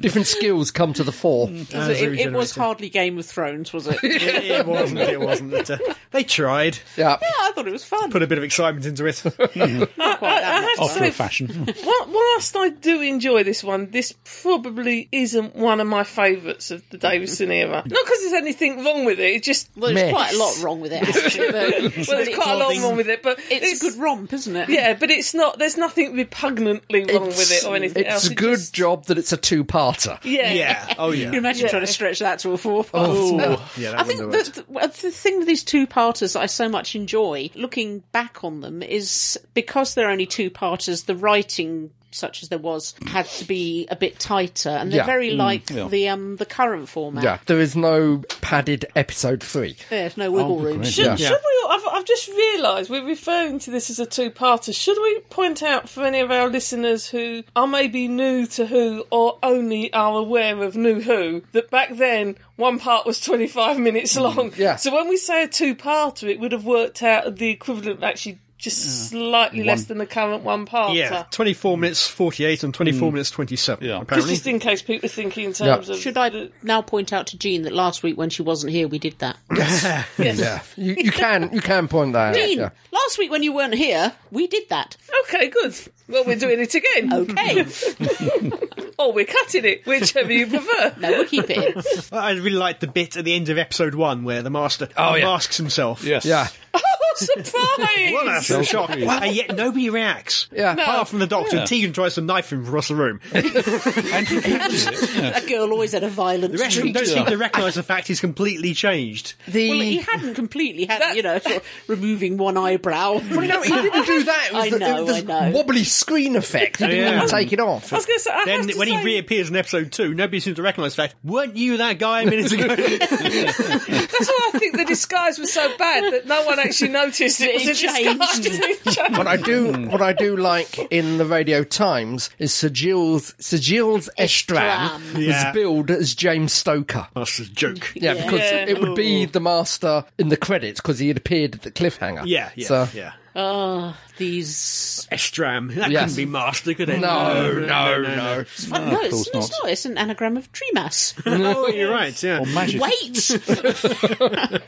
S1: different skills come to the fore.
S6: Mm.
S5: Uh,
S2: it, it was
S5: regenerated.
S2: hardly Game of Thrones, was it? yeah,
S5: It, it wasn't. It wasn't. But, uh, they tried,
S1: Yeah.
S2: I thought it was fun.
S5: put a bit of excitement into it.
S2: Not quite that much.
S6: I have to
S3: After
S6: say,
S3: a fashion.
S6: Whi- Whilst I do enjoy this one, this probably isn't one of my favourites of the Davison era. Not because there's anything wrong with it, it just well,
S2: Well, there's
S1: Mess.
S2: quite a lot wrong with it. Actually, but, but
S6: there's
S2: it-
S6: quite a lot wrong with it, but
S2: It's, a good romp, isn't it?
S6: Yeah, but it's not. There's nothing repugnantly wrong with it or anything
S1: it's
S6: else.
S1: a
S6: It
S1: good
S6: just-
S1: job that it's a two-parter.
S6: Yeah.
S5: yeah. Oh
S2: You
S5: yeah.
S2: imagine
S6: Yeah.
S2: trying to stretch that to a four part.
S5: Yeah. That
S2: I think
S5: wouldn't have
S2: the, the, the thing with these two parters that I so much enjoy, looking back on them, is because they're only two parters, the writing, such as there was, had to be a bit tighter, and they're
S1: Yeah.
S2: very like the um the current format.
S1: Yeah. There is no padded episode three.
S2: There's no wiggle room.
S3: great.
S6: Should,
S1: Yeah.
S6: should we? I've, I've just realised we're referring to this as a two-parter. Should we point out for any of our listeners who are maybe new to Who or only are aware of New Who that back then one part was twenty-five minutes long.
S1: Mm, yeah.
S6: So when we say a two-parter, it would have worked out at the equivalent, actually, just slightly less than the current one-parter.
S5: yeah. Twenty-four minutes forty-eight and twenty-four
S1: Hmm.
S5: minutes twenty-seven.
S3: Yeah.
S5: Apparently.
S6: Just in case people are thinking in terms of
S2: Should I now point out to Jean that last week when she wasn't here, we did that.
S1: Yeah. You, you can you can point that out.
S2: Jean,
S1: Yeah.
S2: last week when you weren't here, we did that.
S6: Okay, good. Well, we're doing it again.
S2: Okay,
S6: Or we're cutting it, whichever you prefer.
S2: no, we'll keep it. in.
S5: I really liked the bit at the end of episode one where the master oh,
S1: yeah.
S5: masks himself.
S3: Yes.
S1: Yeah.
S6: Oh, surprise!
S5: Well, that's a shock. And yet nobody reacts.
S1: Yeah.
S5: Apart from the doctor,
S3: Yeah.
S5: Tegan tries to knife him across the room.
S3: And he catches it. Yeah.
S2: That girl always had a violent
S5: The rest of
S2: streak.
S5: them don't seem to recognise the fact he's completely changed.
S1: The
S2: Well, he hadn't completely had, you know, sort of removing one
S1: no,
S2: eyebrow.
S1: he didn't do that. It was
S2: I
S1: the,
S2: know,
S1: it was this
S2: I know.
S1: wobbly screen effect. He didn't
S5: Yeah.
S1: even take it off.
S6: I was going to say, I
S5: Then
S6: have to
S5: when
S6: say,
S5: he reappears in episode two, nobody seems to recognise the fact, weren't you that guy a minute ago?
S6: that's why I think the disguise was so bad that no one actually noticed it was a
S2: It changed.
S6: disguise. It changed.
S1: What I do, what I do like in the Radio Times is Sir Giles, Sir Giles Estram
S2: Estram.
S1: was
S5: Yeah.
S1: billed as James Stoker.
S5: That's a joke.
S1: Yeah, because
S6: Yeah.
S1: it would be the master in the credits because he had appeared at the cliffhanger.
S5: Yeah, yeah,
S1: So,
S5: yeah.
S2: Ah, these.
S5: Estram. That
S1: Yes.
S5: couldn't be master, could it?
S1: No, no, no.
S2: No,
S3: of
S2: it's,
S3: course
S2: it's not. It's an anagram of tree mass.
S5: oh, you're right. Yeah.
S3: Or, Magic,
S2: Wait,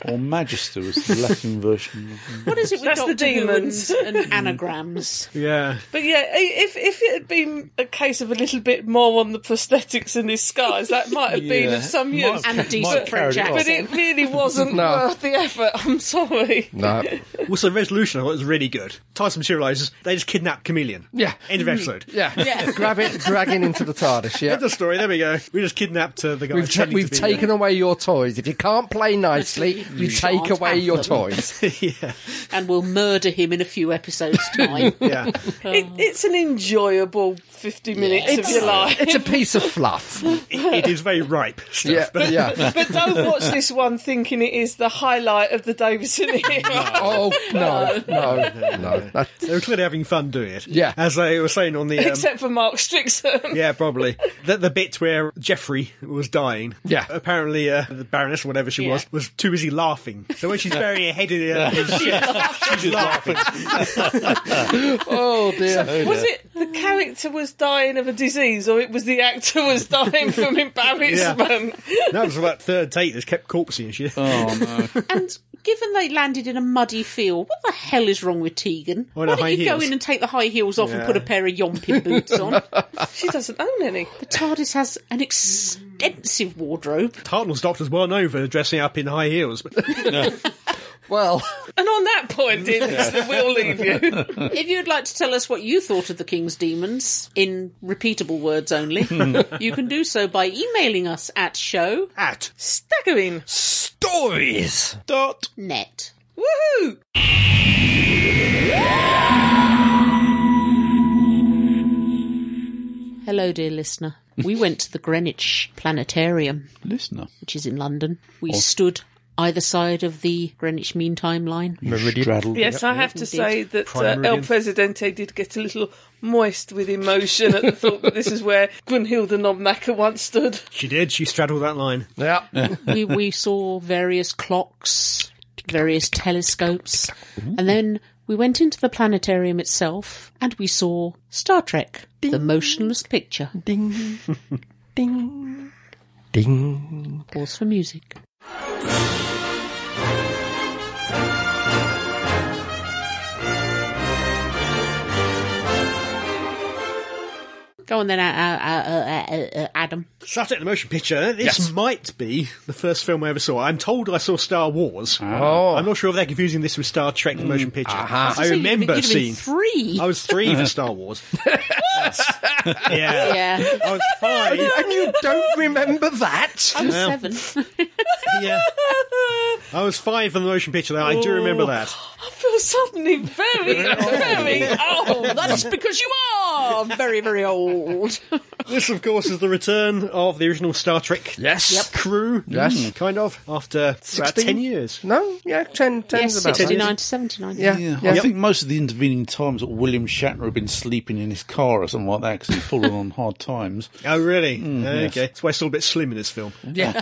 S3: or Magister was the Latin version. Of
S2: what is it? With
S6: That's the
S2: Doctor Who
S6: demons.
S2: and, and anagrams.
S5: Yeah.
S6: But yeah, i- if if it had been a case of a little bit more on the prosthetics and his scars, that might have been
S3: Yeah.
S6: of some
S3: Might have-
S6: use.
S2: And a
S3: might
S2: decent
S3: have carried
S2: French
S3: it off.
S6: But it really wasn't
S1: No.
S6: worth the effort. I'm sorry.
S1: No.
S5: Also, resolution I thought was really good. Tyson materializes. They just kidnap chameleon.
S1: Yeah.
S5: End of episode.
S1: Yeah.
S2: Yeah.
S1: Grab it, drag it into the TARDIS. Yeah.
S5: End of story. There we go. We just kidnapped uh, the guy.
S1: We've, ta-
S5: pretending
S1: we've
S5: to be
S1: taken
S5: there.
S1: away your toys. If you can't play nicely, you take
S2: shan't
S1: away
S2: have
S1: your
S2: them.
S1: toys.
S2: And we'll murder him in a few episodes' time.
S5: Yeah.
S6: It, it's an enjoyable 50 minutes of your life.
S1: It's a piece of fluff.
S5: it it is very ripe stuff.
S1: Yeah, yeah.
S6: But don't watch this one thinking it is the highlight of the Davison era.
S1: Oh no, no, no. That-
S5: They were clearly having fun doing it.
S1: Yeah.
S5: As they were saying on the. Um,
S6: Except for Mark Strickson.
S5: yeah, probably. The, the bit where Jeffrey was dying.
S1: Yeah.
S5: Apparently, uh, the Baroness, or whatever she
S2: Yeah.
S5: was, was too busy laughing. So when she's burying her head in her, in her shit, she's laughing.
S1: oh dear.
S6: Was it the character was dying of a disease or it was the actor was dying from embarrassment?
S5: That was about third take. Just kept corpsing and shit.
S3: Oh no!
S2: and given they landed in a muddy field, what the hell is wrong with Tegan? Why
S5: Why the
S2: don't
S5: high
S2: you go
S5: heels?
S2: in and take the high heels off and put a pair of yomping boots on?
S6: She doesn't own any.
S2: The TARDIS has an extensive wardrobe.
S5: Hartnell's doctor's well known for dressing up in high heels. But
S1: Well,
S6: And on that point, dear listener, we'll leave you.
S2: If you'd like to tell us what you thought of the King's Demons, in repeatable words only, you can do so by emailing us at show
S5: at
S6: Staggering.
S1: stories.
S3: Dot.
S2: net.
S6: Woohoo!
S2: Hello, dear listener. We went to the Greenwich Planetarium,
S3: Listener.
S2: which is in London. We stood either side of the Greenwich Mean Time line.
S3: Straddled.
S6: Yes, I have to say that uh,
S5: Prime
S6: El
S5: meridian.
S6: Presidente did get a little moist with emotion at the thought that this is where Brunhilde Nobnacker once stood.
S5: she did. She straddled that line.
S1: Yeah.
S2: we, we saw various clocks, various telescopes, and then we went into the planetarium itself and we saw Star Trek, the motionless picture.
S1: Ding, ding, ding.
S2: Pause for music. Go on then, uh, uh, uh, uh, uh, uh, Adam.
S5: Star Trek the Motion Picture. This might be the first film I ever saw. I'm told I saw Star Wars.
S1: Ah. Oh.
S5: I'm not sure if they're confusing this with Star Trek the
S1: Mm.
S5: Motion Picture. I
S1: Uh-huh.
S2: So you'd have
S5: remember Oh,
S2: been- you'd have been
S5: seeing.
S2: three.
S5: I was three for Star Wars. yeah.
S2: yeah,
S5: I was five.
S1: And you don't remember that?
S2: I was seven.
S5: yeah. I was five for the motion picture. Though. I do remember that.
S6: I feel suddenly very, very old.
S2: That's Oh, because you are very, very old.
S5: This, of course, is the return of the original Star Trek
S1: Yes.
S5: crew. Mm.
S1: Yes.
S5: kind of after about
S1: 16?
S5: ten years.
S1: No. Yeah. Ten. Ten's
S2: yes,
S1: about. right.
S2: 69 to 79.
S1: Yeah.
S3: Yeah,
S1: Yeah.
S3: I think most of the intervening times that William Shatner had been sleeping in his car or something like that because he'd fallen on hard times.
S5: Oh, really?
S1: Mm,
S5: okay. That's why it's all a bit slim in this film.
S1: Yeah.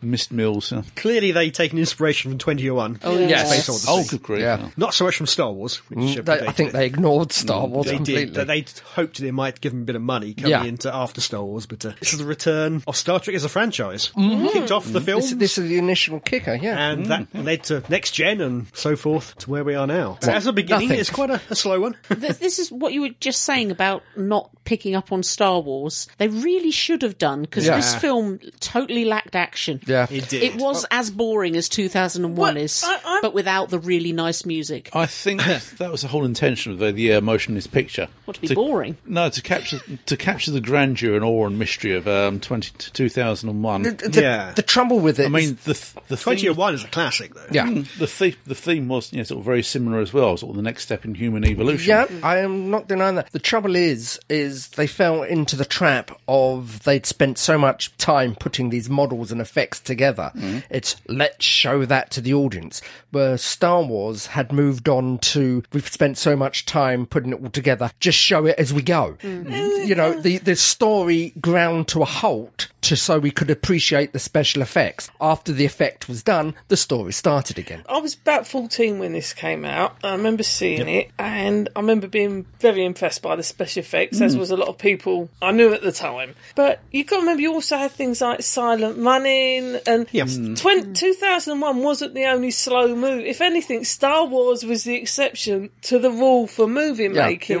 S3: Missed meals. yeah.
S5: Clearly, they've taken inspiration from 2001.
S2: Oh,
S1: Yes.
S2: yes.
S3: Oh, good grief.
S1: Yeah.
S3: no.
S5: Not so much from Star Wars, which uh,
S1: They, I think they ignored Star Wars
S5: Mm, they
S1: completely.
S5: did. They, they hoped that it might give them a bit of money coming
S1: Yeah.
S5: into after Star Wars, but uh, this is the return of Star Trek as a franchise. Kicked off the film.
S1: Mm-hmm. This, this Mm-hmm. is the initial kicker. Yeah.
S5: and that led to next gen and so forth to where we are now. So as a beginning,
S1: nothing.
S5: it's quite a, a slow one.
S2: Th- this is what you were just saying about not picking up on Star Wars. They really should have done because
S1: Yeah.
S2: this film totally lacked action.
S1: yeah.
S5: did.
S2: It was as boring as 2001
S6: Well,
S2: is,
S6: I- I'm-
S2: but without the really nice music.
S3: I think that was the whole intention of the, the uh, motionless picture.
S2: What to be boring.
S3: No, to capture to capture the grandeur and awe and mystery of um, 20, 2001.
S1: The, the-
S5: Uh, Yeah.
S1: the trouble with it.
S3: I mean, the th- the theme,
S5: 2001 is a classic, though.
S1: yeah.
S3: the theme the theme was you know, sort of very similar as well, sort of the next step in human evolution.
S1: Yeah, Mm. I am not denying that. The trouble is, is they fell into the trap of they'd spent so much time putting these models and effects together. It's let's show that to the audience. Where Star Wars had moved on to we've spent so much time putting it all Mm. together, just show it as we go. You know, the the story ground to a halt picture so we could appreciate the special effects. After the effect was done, the story started again.
S6: I was about 14 when this came out. I remember seeing it, and I remember being very impressed by the special effects, as
S3: Mm.
S6: was a lot of people I knew at the time. But you've got to remember, you also had things like Silent Running, and
S5: Yeah.
S3: Mm.
S6: twen- 2001 wasn't the only slow move. If anything, Star Wars was the exception to the rule for movie making.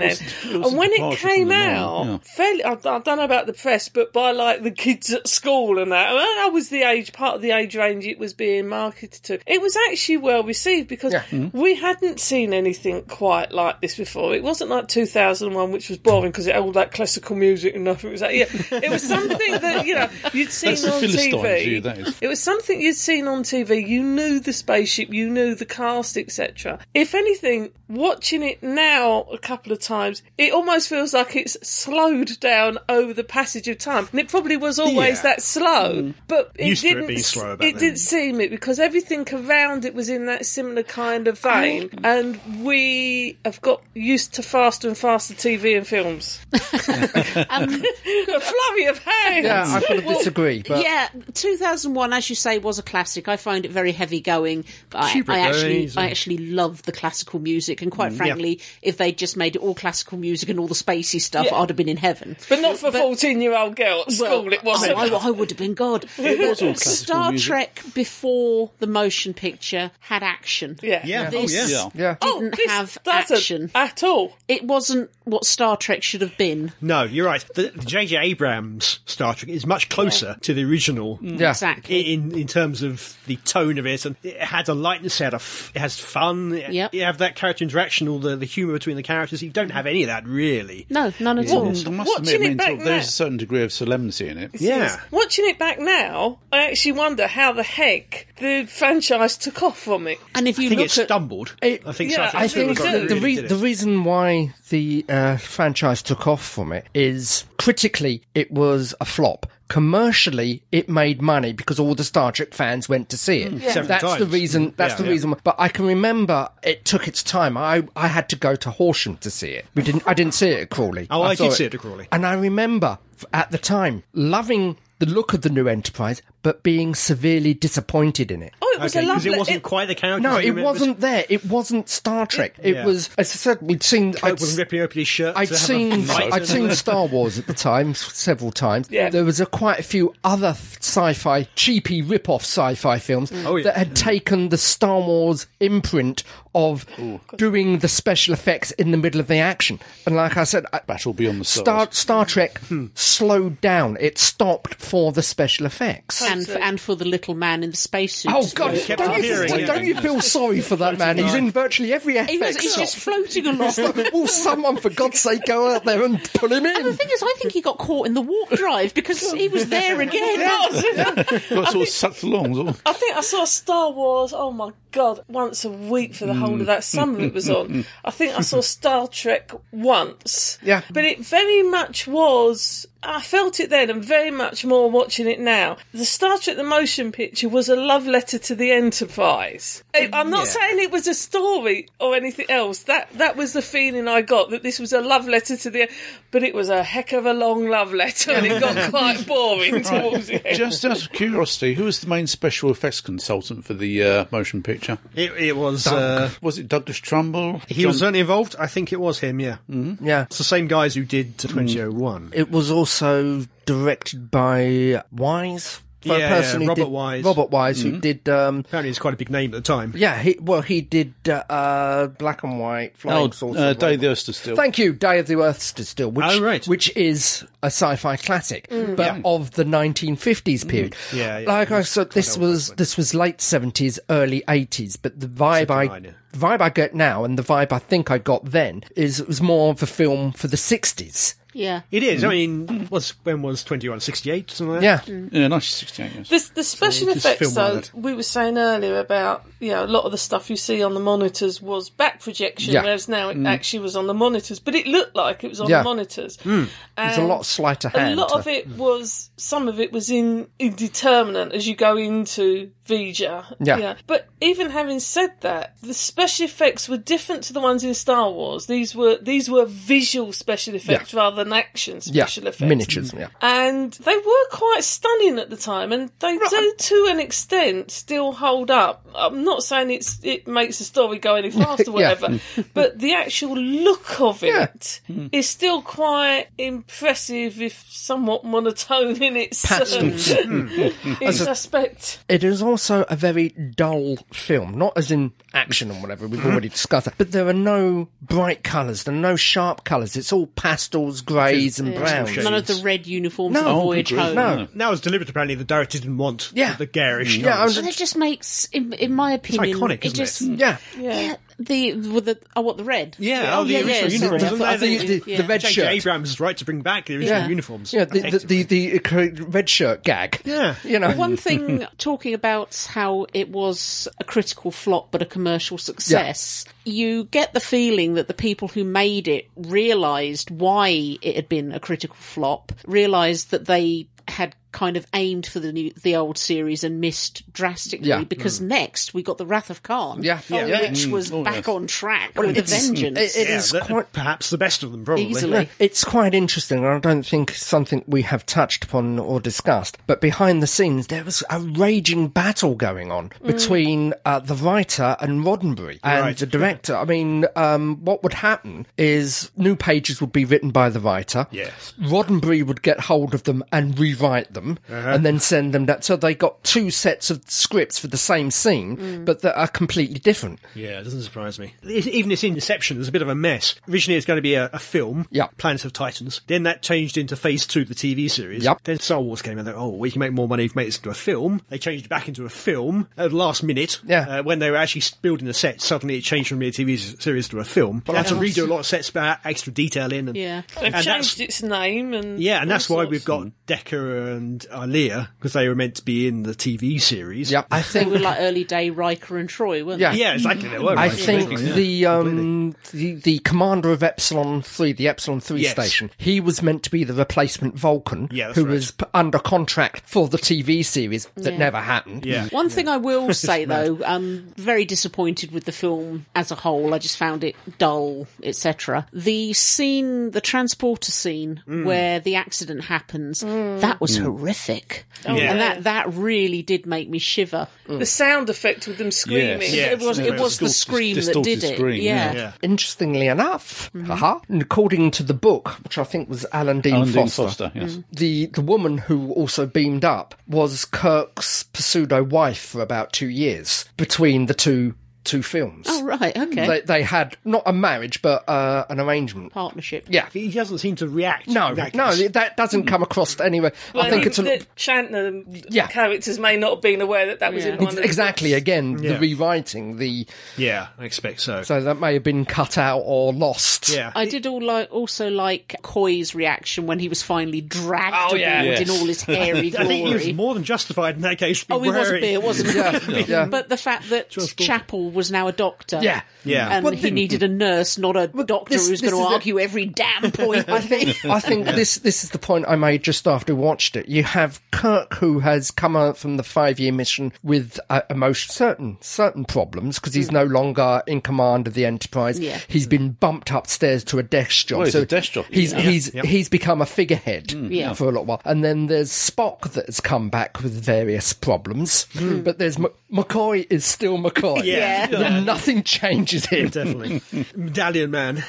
S3: it was-
S6: then.
S3: it was
S6: and
S3: a
S6: when it
S3: departure
S6: came
S3: from the norm,
S6: out,
S3: yeah.
S6: fairly, I, I don't know about the press, but by like the kids at school and that, and I was the age, part of the age range it was being marketed to. It was actually well received because
S1: Yeah.
S3: mm-hmm.
S6: we hadn't seen anything quite like this before. It wasn't like 2001, which was boring because it had all that classical music and nothing was that. Yeah, it was something that, you know, you'd seen
S3: That's the
S6: on
S3: Philistines
S6: TV.
S3: view, that is.
S6: It was something you'd seen on TV. You knew the spaceship, you knew the cast, etc. If anything, watching it now a couple of times, it almost feels like it's slowed down over the passage of time. And it probably was
S5: Yeah.
S6: always
S5: Mm.
S6: that slow, but it
S5: Used to it
S6: didn't.
S5: being slow back
S6: it
S5: then.
S6: didn't seem it because everything around it was in that similar kind of vein, and we have got used to faster and faster TV and films. a flurry of hands.
S1: Yeah, I've got to disagree, but
S2: yeah, 2001, as you say, was a classic. I find it very heavy going. But I,
S5: Cheaper
S2: I actually,
S5: days
S2: I
S5: and-
S2: actually love the classical music, and quite frankly, if they'd just made it all classical music and all the spacey stuff,
S6: Yeah.
S2: I'd have been in heaven.
S6: But not for fourteen-year-old girl at school. it wasn't.
S2: I, I- I would have been God. But Star
S3: music.
S2: Trek before the motion picture had action.
S6: yeah.
S5: Yeah.
S2: This-
S5: oh, yeah.
S3: Yeah.
S1: yeah.
S6: Oh,
S2: Didn't
S6: this
S2: have
S6: doesn't
S2: action.
S6: at all.
S2: It wasn't what Star Trek should have been.
S5: No, you're right. The the J.J. Abrams Star Trek is much closer to the original.
S1: yeah.
S5: i-
S2: Exactly.
S5: In in terms of the tone of it, and it had a lightness, it, had a f- it has fun. It,
S2: Yep.
S5: You have that character interaction, all the, the humor between the characters. You don't have any of that really.
S2: No, none at all.
S3: I must
S6: Watching
S3: admit, I
S6: it
S3: mean,
S6: back
S3: sort of-
S6: now-
S3: there's a certain degree of solemnity in it.
S5: Yeah,
S6: Watching it back now, I actually wonder how the heck the franchise took off from it.
S2: And if you
S5: I think
S2: look
S5: it
S2: at
S5: stumbled.
S1: It-
S5: I think.
S6: yeah,
S5: Star Trek
S1: I
S5: two
S1: think
S5: was what
S6: that
S1: the,
S5: really
S1: re-
S5: did it.
S1: the reason why the uh, franchise took off from it is critically it was a flop. Commercially, it made money because all the Star Trek fans went to see it.
S5: Mm. Several
S1: That's the
S5: times.
S1: reason. That's
S5: Yeah.
S1: the
S5: Yeah.
S1: reason. But I can remember it took its time. I, I had to go to Horsham to see it. We didn't. I didn't see it at Crawley.
S5: Oh, I
S1: saw
S5: did see it at Crawley.
S1: And I remember f- at the time loving the look of the new Enterprise, but being severely disappointed in it.
S6: Oh, it was
S5: Okay,
S6: a
S5: 'cause
S6: lovely.
S5: it wasn't
S6: it-
S5: quite the character.
S1: No, it wasn't there. It wasn't Star Trek. It
S5: Yeah.
S1: was, as I said, we'd seen.
S5: Cope
S1: I'd,
S5: was ripping open his shirt.
S1: I'd
S5: to have a
S1: seen.
S5: fight.
S1: I'd seen Star Wars at the time s- several times.
S6: Yeah.
S1: There was a quite a few other th- sci-fi, cheapy rip-off sci-fi films
S3: Mm.
S5: Oh, yeah. Mm.
S1: that had taken the Star Wars imprint of doing the special effects in the middle of the action. And like I said, I,
S3: Battle Beyond the Stars.
S1: Star Star Trek
S5: Hmm.
S1: slowed down. It stopped for the special effects.
S2: and for, and for the little man in the spacesuit.
S1: Oh
S2: as
S1: God!
S2: well.
S5: kept
S1: Don't you,
S5: appearing.
S1: don't you feel sorry for that man? He's in virtually every
S2: He was,
S1: FX
S2: he's
S1: shop.
S2: just floating along.
S1: Will someone, for God's sake, go out there and pull him
S2: And the
S1: in?
S2: thing is, I think he got caught in the warp drive because he was there again.
S3: Got sort of sucked along. sort of-
S6: I think I saw Star Wars. Oh my god! Once a week for the whole of that summer it was on. I think I saw Star Trek once.
S1: Yeah.
S6: but it very much was. I felt it then, and very much more watching it now. The Star Trek the motion picture was a love letter to the Enterprise. I- I'm not saying it was a story or anything else. That that was the feeling I got that this was a love letter to the. But it was a heck of a long love letter, and it got quite boring towards the end.
S3: Just out of curiosity, who was the main special effects consultant for the uh, motion picture?
S5: It, it was. Uh,
S3: Was it Douglas Trumbull?
S5: he was only involved. I think it was him. Yeah,
S1: Yeah.
S5: it's the same guys who did 2001.
S1: It was also directed by Wise.
S5: Yeah,
S1: a person
S5: yeah,
S1: who
S5: Robert
S1: did-
S5: Wise. Mm-hmm.
S1: Robert Wise, who did. Um,
S5: Apparently, it's quite a big name at the time.
S1: yeah, he, well, he did uh, uh, Black and White, Flying
S3: Oh,
S1: Saucer.
S3: uh,
S1: Robot.
S3: Day the Earth Still.
S1: Thank you, Day of the Earth Stood Still, which,
S5: Oh, right.
S1: which is a sci-fi classic,
S6: Mm.
S1: but of the 1950s period.
S5: Mm. Yeah, yeah.
S1: like I said, this was this was late 70s, early 80s, but the vibe I
S5: idea.
S1: vibe I get now and the vibe I think I got then is it was more of a film for the 60s.
S2: Yeah.
S5: It is. I mean, was when was 21? 68? Something like that?
S1: Yeah,
S3: Yeah, 1968, yes.
S6: The, the special
S5: just
S6: effects,
S5: film
S6: though,
S5: like that.
S6: we were saying earlier about you know a lot of the stuff you see on the monitors was back projection,
S1: Yeah. Mm.
S6: whereas now it actually was on the monitors, but it looked like it was on
S1: Yeah.
S6: the monitors.
S1: it's a lot slighter
S6: A
S1: hand.
S6: lot of it was some of it was in indeterminate as you go into Vija.
S1: Yeah.
S6: But even having said that, the special effects were different to the ones in Star Wars. These were these were visual special effects rather than action
S1: Yeah,
S6: special effects.
S1: miniatures. Yeah.
S6: And they were quite stunning at the time, and they do, to an extent, still hold up. I'm not saying it's it makes the story go any faster,
S1: Yeah.
S6: whatever, but the actual look of it is
S1: Mm.
S6: still quite impressive, if somewhat monotone in its, um,
S1: Mm.
S6: its aspect.
S1: It is also a very dull film, not as in action and whatever we've already discussed, that, but there are no bright colours, there are no sharp colours. It's all pastels, greys, and browns.
S2: None of the red uniforms
S1: No.
S2: of the
S1: Oh,
S2: voyage
S3: good grief,
S2: home.
S1: No.
S5: That was deliberate, apparently. The director didn't want
S1: Yeah.
S5: the garish.
S1: Yeah, I
S5: colours.
S1: was-
S2: And it just makes, in, in my opinion,
S5: iconic,
S2: it
S5: isn't
S2: just
S5: it?
S1: Yeah,
S2: yeah the with the oh what the red
S5: Yeah, oh, the original
S2: it's-
S5: uniform.
S2: it's-
S5: No,
S2: I
S5: the-
S2: think-
S1: the- the
S2: yeah.
S1: red
S5: J.J.
S1: shirt.
S5: Abrams is right to bring back the original
S2: Yeah.
S5: uniforms.
S1: yeah. The, the, the, the, the red shirt gag.
S5: Yeah.
S1: you know.
S2: One thing talking about how it was a critical flop but a commercial success, you get the feeling that the people who made it realized why it had been a critical flop, realized that they had kind of aimed for the new, the old series and missed drastically
S1: Yeah. Mm.
S2: because next we got the Wrath of Khan,
S1: Yeah. Yeah. Mm. Oh,
S5: Yeah.
S2: which was back on track with a vengeance.
S1: It, it
S5: Yeah,
S1: is
S5: that-
S1: quite
S5: perhaps the best of them, probably.
S2: Easily.
S1: It's quite interesting, and I don't think something we have touched upon or discussed. But behind the scenes, there was a raging battle going on between uh, the writer and Roddenberry and
S5: Mm. Right.
S1: the director. I mean, um, what would happen is new pages would be written by the writer.
S5: Yes.
S1: Roddenberry would get hold of them and rewrite them,
S5: Uh-huh.
S1: and then send them that. So they got two sets of scripts for the same scene,
S5: Mm.
S1: but that are completely different.
S5: Yeah, it doesn't surprise me. It- Even its inception is a bit of a mess. Originally, it's going to be a, a film,
S1: Yeah.
S5: Planet of Titans. Then that changed into Phase Two, the TV series.
S1: Yep.
S5: Then Star Wars came, and they oh, we can make more money if we make this into a film. They changed it back into a film at the last minute.
S1: Yeah.
S5: Uh, when they were actually building the set, suddenly it changed from being a TV s- series to a film. But I had to redo a lot of sets, but add extra detail in. And,
S2: yeah.
S6: They've
S5: And that's-
S6: changed its name, and
S5: Yeah, and that's
S6: all
S5: why
S6: sorts.
S5: we've
S1: Hmm.
S5: got Decker and Alea because they were meant to be in the TV series.
S1: Yeah, I
S2: They
S1: think
S2: were like early day Riker and Troy, weren't
S1: Yeah.
S2: they?
S5: Yeah, exactly. They were.
S1: I
S5: right.
S1: think the um the, the commander of Epsilon Three, the Epsilon Three
S5: Yes.
S1: station, he was meant to be the replacement Vulcan,
S5: Yeah, that's
S1: who
S5: right.
S1: was p- under contract for the TV series that never happened.
S5: Yeah.
S2: One thing I will say though, I'm very disappointed with the film as a whole. I just found it dull, etc. The scene, the transporter scene where the accident happens,
S5: Mm.
S2: that was horrific,
S5: yeah.
S2: and that that really did make me shiver.
S6: the sound effect with them screaming.
S3: Yes.
S5: Yeah.
S2: It was it was the
S3: Distorted-
S2: scream that
S3: distorted
S2: did it.
S3: scream,
S2: yeah.
S5: yeah.
S1: Interestingly enough, haha, and according to the book, which I think was Alan Dean,
S3: Alan Dean
S1: Foster,
S3: Foster, Mm. yes.
S1: the the woman who also beamed up was Kirk's pseudo wife for about two years between the two two films.
S2: Oh right, okay.
S1: They, they had not a marriage, but uh, an arrangement.
S2: Partnership.
S1: Yeah.
S5: He doesn't seem to react.
S1: No,
S5: in that
S1: no,
S5: case.
S1: that doesn't come across anywhere.
S6: Mm. Well,
S1: I think
S6: the-
S1: it's a,
S6: the Chandler
S1: Yeah.
S6: characters may not have been aware that that was in one
S1: Ex-
S6: of the
S1: exactly again
S5: Yeah.
S1: the rewriting the
S5: Yeah, I expect so.
S1: so that may have been cut out or lost
S5: yeah.
S2: I did all like, also like Coy's reaction when he was finally dragged
S1: Oh,
S2: aboard
S1: yeah.
S2: in
S3: Yes.
S2: all his hairy
S5: I think he was
S2: glory.
S5: more than justified in that case.
S2: Oh, he was a beer, wasn't he?
S1: Yeah.
S2: But the fact that Chapel was now a doctor.
S1: Yeah.
S5: Yeah.
S2: And
S1: Well,
S2: he
S1: the-
S2: needed a nurse, not a doctor
S1: this-
S2: who's
S1: this
S2: going to
S1: is a-
S2: argue every damn point. I think.
S1: I think this this is the point I made just after we watched it. You have Kirk who has come out from the five year mission with uh, emotion certain certain problems because he's no longer in command of the Enterprise.
S2: Mm. Yeah.
S1: He's been bumped upstairs to a desk job.
S3: Well, he's
S1: so
S3: a desk jockey
S1: He's
S3: now.
S1: he's he's become a figurehead
S3: Mm.
S2: Yeah.
S1: for a little while. And then there's Spock that has come back with various problems,
S2: Mm.
S1: but there's M- McCoy is still McCoy.
S5: Yeah.
S1: nothing changes him.
S5: Definitely. Medallion Man.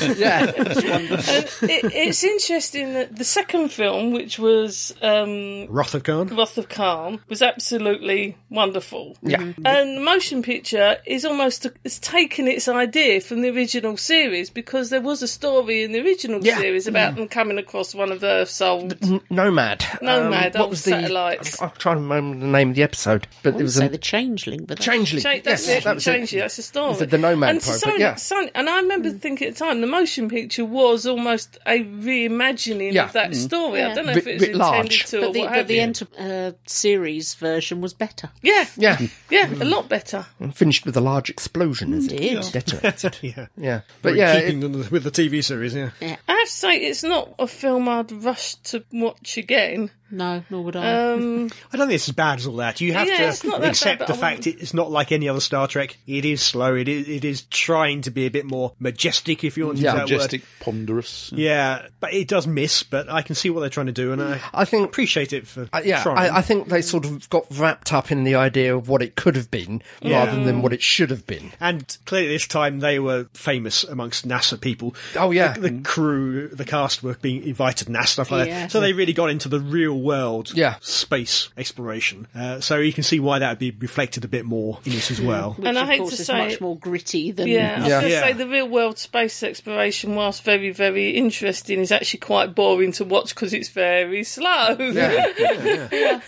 S1: yeah.
S6: it, it's interesting that the second film, which was um,
S5: Wrath of Khan.
S6: Wrath of Khan, was absolutely wonderful.
S1: Yeah.
S2: Mm-hmm.
S6: And the motion picture is almost it's taken its idea from the original series because there was a story in the original
S1: Yeah. mm,
S6: series about
S2: Mm.
S6: them coming across one of Earth's old.
S1: N- Nomad. Um,
S6: Nomad,
S1: what
S6: old
S1: was the,
S6: satellites.
S1: I'm trying to remember the name of the episode, but it was
S2: so
S1: a
S2: the changeling, but
S1: Changeling.
S6: Change, that's
S1: yes,
S6: it.
S1: that was
S6: change
S1: it.
S6: it. That's the story.
S1: The- the Nomad
S6: and to
S1: Pro, but
S6: some
S1: yeah.
S6: some- and I remember
S2: Mm.
S6: thinking at the time the motion picture was almost a reimagining
S1: Yeah.
S6: of that story. I don't know
S1: Writ-
S6: if it was
S1: writ
S6: intended
S1: large.
S6: to, or
S2: Mm. But the,
S6: what
S2: but
S6: have
S2: the
S6: you.
S2: enter- uh, series version was better.
S6: yeah,
S1: Yeah,
S6: yeah, a lot better.
S1: and finished with a large explosion. Is it?
S2: Indeed.
S1: Detonated.
S5: Yeah.
S1: Yeah, but yeah,
S5: Keeping
S1: it,
S5: them with the TV series, yeah.
S6: I have to say, it's not a film I'd rush to watch again.
S2: No, nor would I.
S6: Um,
S5: I don't think it's as bad as all that. You have
S6: Yeah, it's
S5: to
S6: not that bad,
S5: accept
S6: but
S5: the
S6: I
S5: fact it, it's not like any other Star Trek. It is slow. It is, it is trying to be a bit more majestic, if you want to
S1: Yeah.
S5: use that
S3: Majestic,
S5: word.
S3: ponderous.
S5: Yeah, but it does miss. But I can see what they're trying to do, and I,
S1: I think-
S5: appreciate it for
S1: Uh, yeah,
S5: trying.
S1: Mm. I, I think they sort of got wrapped up in the idea of what it could have been rather than what it should have been.
S5: And clearly, this time they were famous amongst NASA people.
S1: Oh, yeah.
S5: the, the crew, the cast were being invited to NASA stuff like
S2: Yeah.
S5: that. So they really got into the real world,
S1: Yeah.
S5: space exploration. Uh, so you can see why that would be reflected a bit more in this as well.
S2: which
S6: and I
S2: of
S6: hate
S2: course
S6: to
S2: is
S6: say
S2: much
S6: it-
S2: more gritty than
S6: yeah, I was
S1: Yeah.
S6: going to
S5: Yeah.
S6: say the real world space exploration, whilst very, very interesting, is actually quite boring to watch because it's very slow.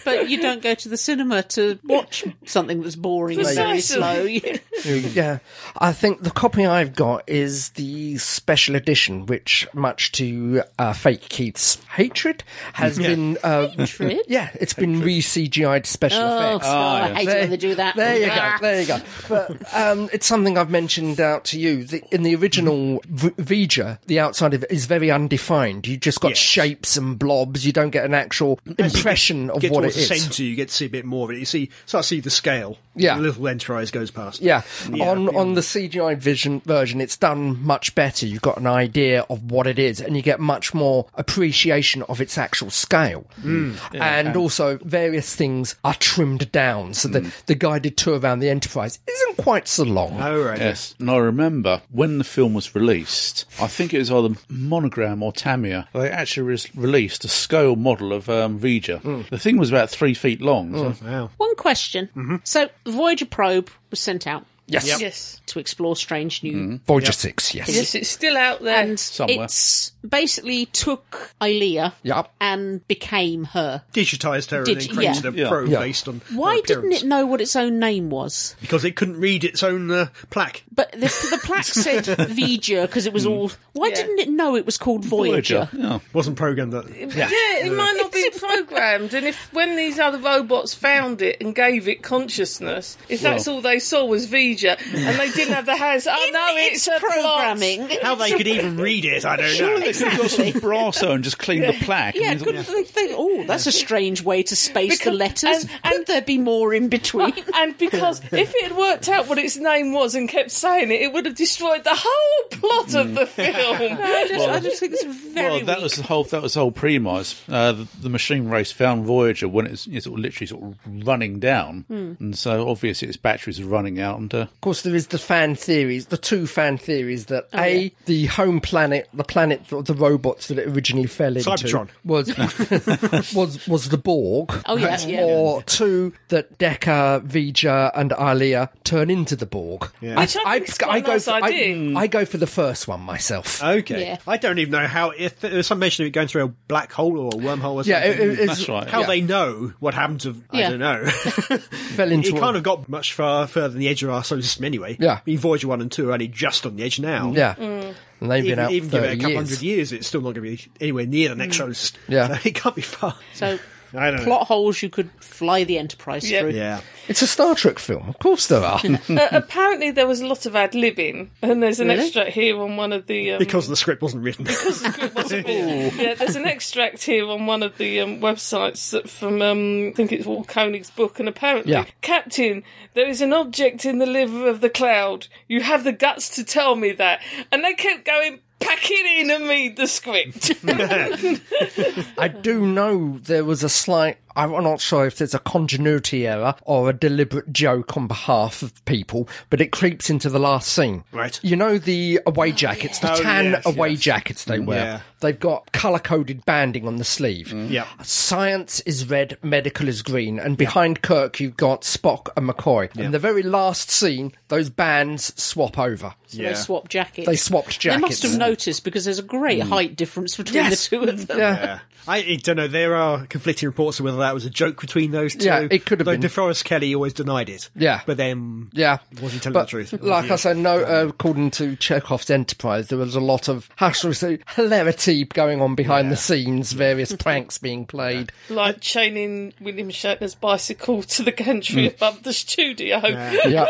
S2: but you don't go to the cinema to watch something that's boring and very
S6: Precisely.
S2: slow. You-
S1: yeah, I think the copy I've got is the special edition, which, much to uh, fake Keith's hatred, has been. Uh,
S2: Mm-hmm. Hatred?
S1: Yeah, it's been re CGI'd special
S2: Oh,
S1: effects.
S2: I hate it when they do that.
S1: There you
S2: Ah.
S1: go. There you go. But um, it's something I've mentioned out to you. The, in the original v- Vija, the outside of it is very undefined. You just got shapes and blobs. You don't get an actual impression of
S5: Get
S1: what
S5: towards
S1: it
S5: the
S1: is.
S5: centre, you get to see a bit more of it. You see, start to see the scale.
S1: Yeah.
S5: the little Enterprise goes past.
S1: Yeah. on on the CGI vision version, it's done much better. You've got an idea of what it is, and you get much more appreciation of its actual scale. Mm. and Mm. also, various things are trimmed down, so that the guided tour around the Enterprise isn't quite so long.
S5: Oh, right.
S3: Yes. And I remember when the film was released, I think it was either Monogram or Tamiya, they actually re- released a scale model of um, Vija. The thing was about three feet long. so-
S5: Wow.
S2: One question.
S1: Mm-hmm.
S2: So, the Voyager probe was sent out
S1: Yes.
S6: Yes.
S2: to explore strange new
S1: Voyager 6, yes.
S6: Yes, it's still out there.
S2: and
S3: Mm-hmm. Somewhere.
S2: it's basically took Ilea
S1: Yep.
S2: and became her.
S5: Digitized her
S2: Did-
S5: and then created
S2: yeah.
S5: a
S3: Yeah.
S5: probe
S1: Yeah.
S5: based on. her
S2: Why didn't
S5: appearance.
S2: it know what its own name was?
S5: Because it couldn't read its own uh, plaque.
S2: But the, the plaque said Vija because it was all. Why didn't it know it was called Voyager?
S3: Mm. Voyager. Yeah.
S5: Wasn't programmed that.
S6: Yeah, it might not be programmed. And if when these other robots found it and gave it consciousness, if that's all they saw was Vija and they didn't have the hands, oh no, it's, a plot.
S2: programming.
S5: How they could even read it, I don't know.
S3: They could have got some brasso and just cleaned the plaque.
S2: Yeah,
S3: and-
S2: couldn't they think, oh, that's a strange way to space the
S6: Because-
S2: letters.
S6: and-
S2: and,
S6: and-
S2: could there be more in between?
S6: And because if it had worked out what its name was and kept saying it, it would have destroyed the whole plot of the film.
S2: I just, I just think it's very
S3: Well, that
S2: weak.
S3: was the whole that was the whole premise. Uh, the, the machine race found Voyager when it's, it's sort of literally sort of running down,
S2: Hmm.
S3: and so obviously its batteries are running out. And uh,
S1: Of course, there is the fan theories, the two fan theories that
S6: Oh,
S1: A,
S2: yeah.
S1: the home planet, the planet of the robots that it originally fell into
S5: Cybertron.
S1: was was was the Borg.
S2: Oh, yeah, yeah.
S1: Or two that Decker, Vija, and Alia turn into the Borg. Yeah.
S6: Which I think is quite a nice
S1: for,
S6: idea.
S5: Hmm.
S1: I, I go for the first one myself.
S5: Okay.
S2: Yeah.
S5: I don't even know how. If there was some mention of it going through a black hole or a wormhole or something.
S1: yeah, it, it- it's-
S3: that's right.
S5: how
S1: yeah.
S5: they know what happened to.
S2: Yeah.
S5: I don't know.
S1: fell into
S5: it
S1: a-
S5: can't have got much far further than the edge of our solar system anyway.
S1: Yeah.
S5: I mean, Voyager 1 and 2 are only just on the edge now.
S1: yeah.
S6: Mm.
S1: And they've been
S5: Even,
S1: out
S5: even give it a
S1: 30
S5: couple
S1: years.
S5: hundred years, it's still not going to be anywhere near the next solar system.
S1: Yeah.
S5: So it can't be far.
S2: Mm. so
S5: I don't know.
S2: plot holes you could fly the Enterprise
S6: Yep.
S2: through.
S5: Yeah.
S1: It's a Star Trek film. Of course there are.
S6: Uh, apparently, there was a lot of ad libbing, and there's an
S2: Really?
S6: extract here on one of the. Um,
S5: Because the script wasn't written.
S6: yeah, there's an extract here on one of the um, websites that from um, I think it's Walt Koenig's book, and apparently,
S1: Yeah.
S6: Captain, there is an object in the liver of the cloud. You have the guts to tell me that, and they kept going. Pack it in and read the script.
S1: I do know there was a slight. I'm not sure if there's a continuity error or a deliberate joke on behalf of people, but it creeps into the last scene.
S5: Right.
S1: You know the away jackets, the
S5: Oh,
S1: tan
S5: yes,
S1: away
S5: yes.
S1: jackets they wear.
S5: Mm, yeah. Mm.
S1: They've got color coded banding on the sleeve.
S5: Yeah.
S1: Science is red, medical is green, and behind Kirk you've got Spock and McCoy. And the very last scene, those bands swap over.
S2: So They swapped jackets.
S1: They swapped
S2: They
S1: jackets.
S2: must have noticed because
S5: Mm.
S2: there's a great height difference between
S1: Yes.
S2: the two of them.
S1: Yeah.
S5: Yeah. I, I don't know. There are conflicting reports of whether that was a joke between those two.
S1: Yeah, it could have
S5: Though
S1: been.
S5: DeForest Kelly always denied it.
S1: Yeah.
S5: But then
S1: Yeah,
S5: wasn't telling
S1: but
S5: the truth.
S1: Like I said, no. Uh, according to Chekhov's Enterprise, there was a lot of how shall we say hilarity going on behind the scenes, various pranks being played.
S6: Like chaining William Shatner's bicycle to the gantry above the studio.
S1: Mm. Yeah,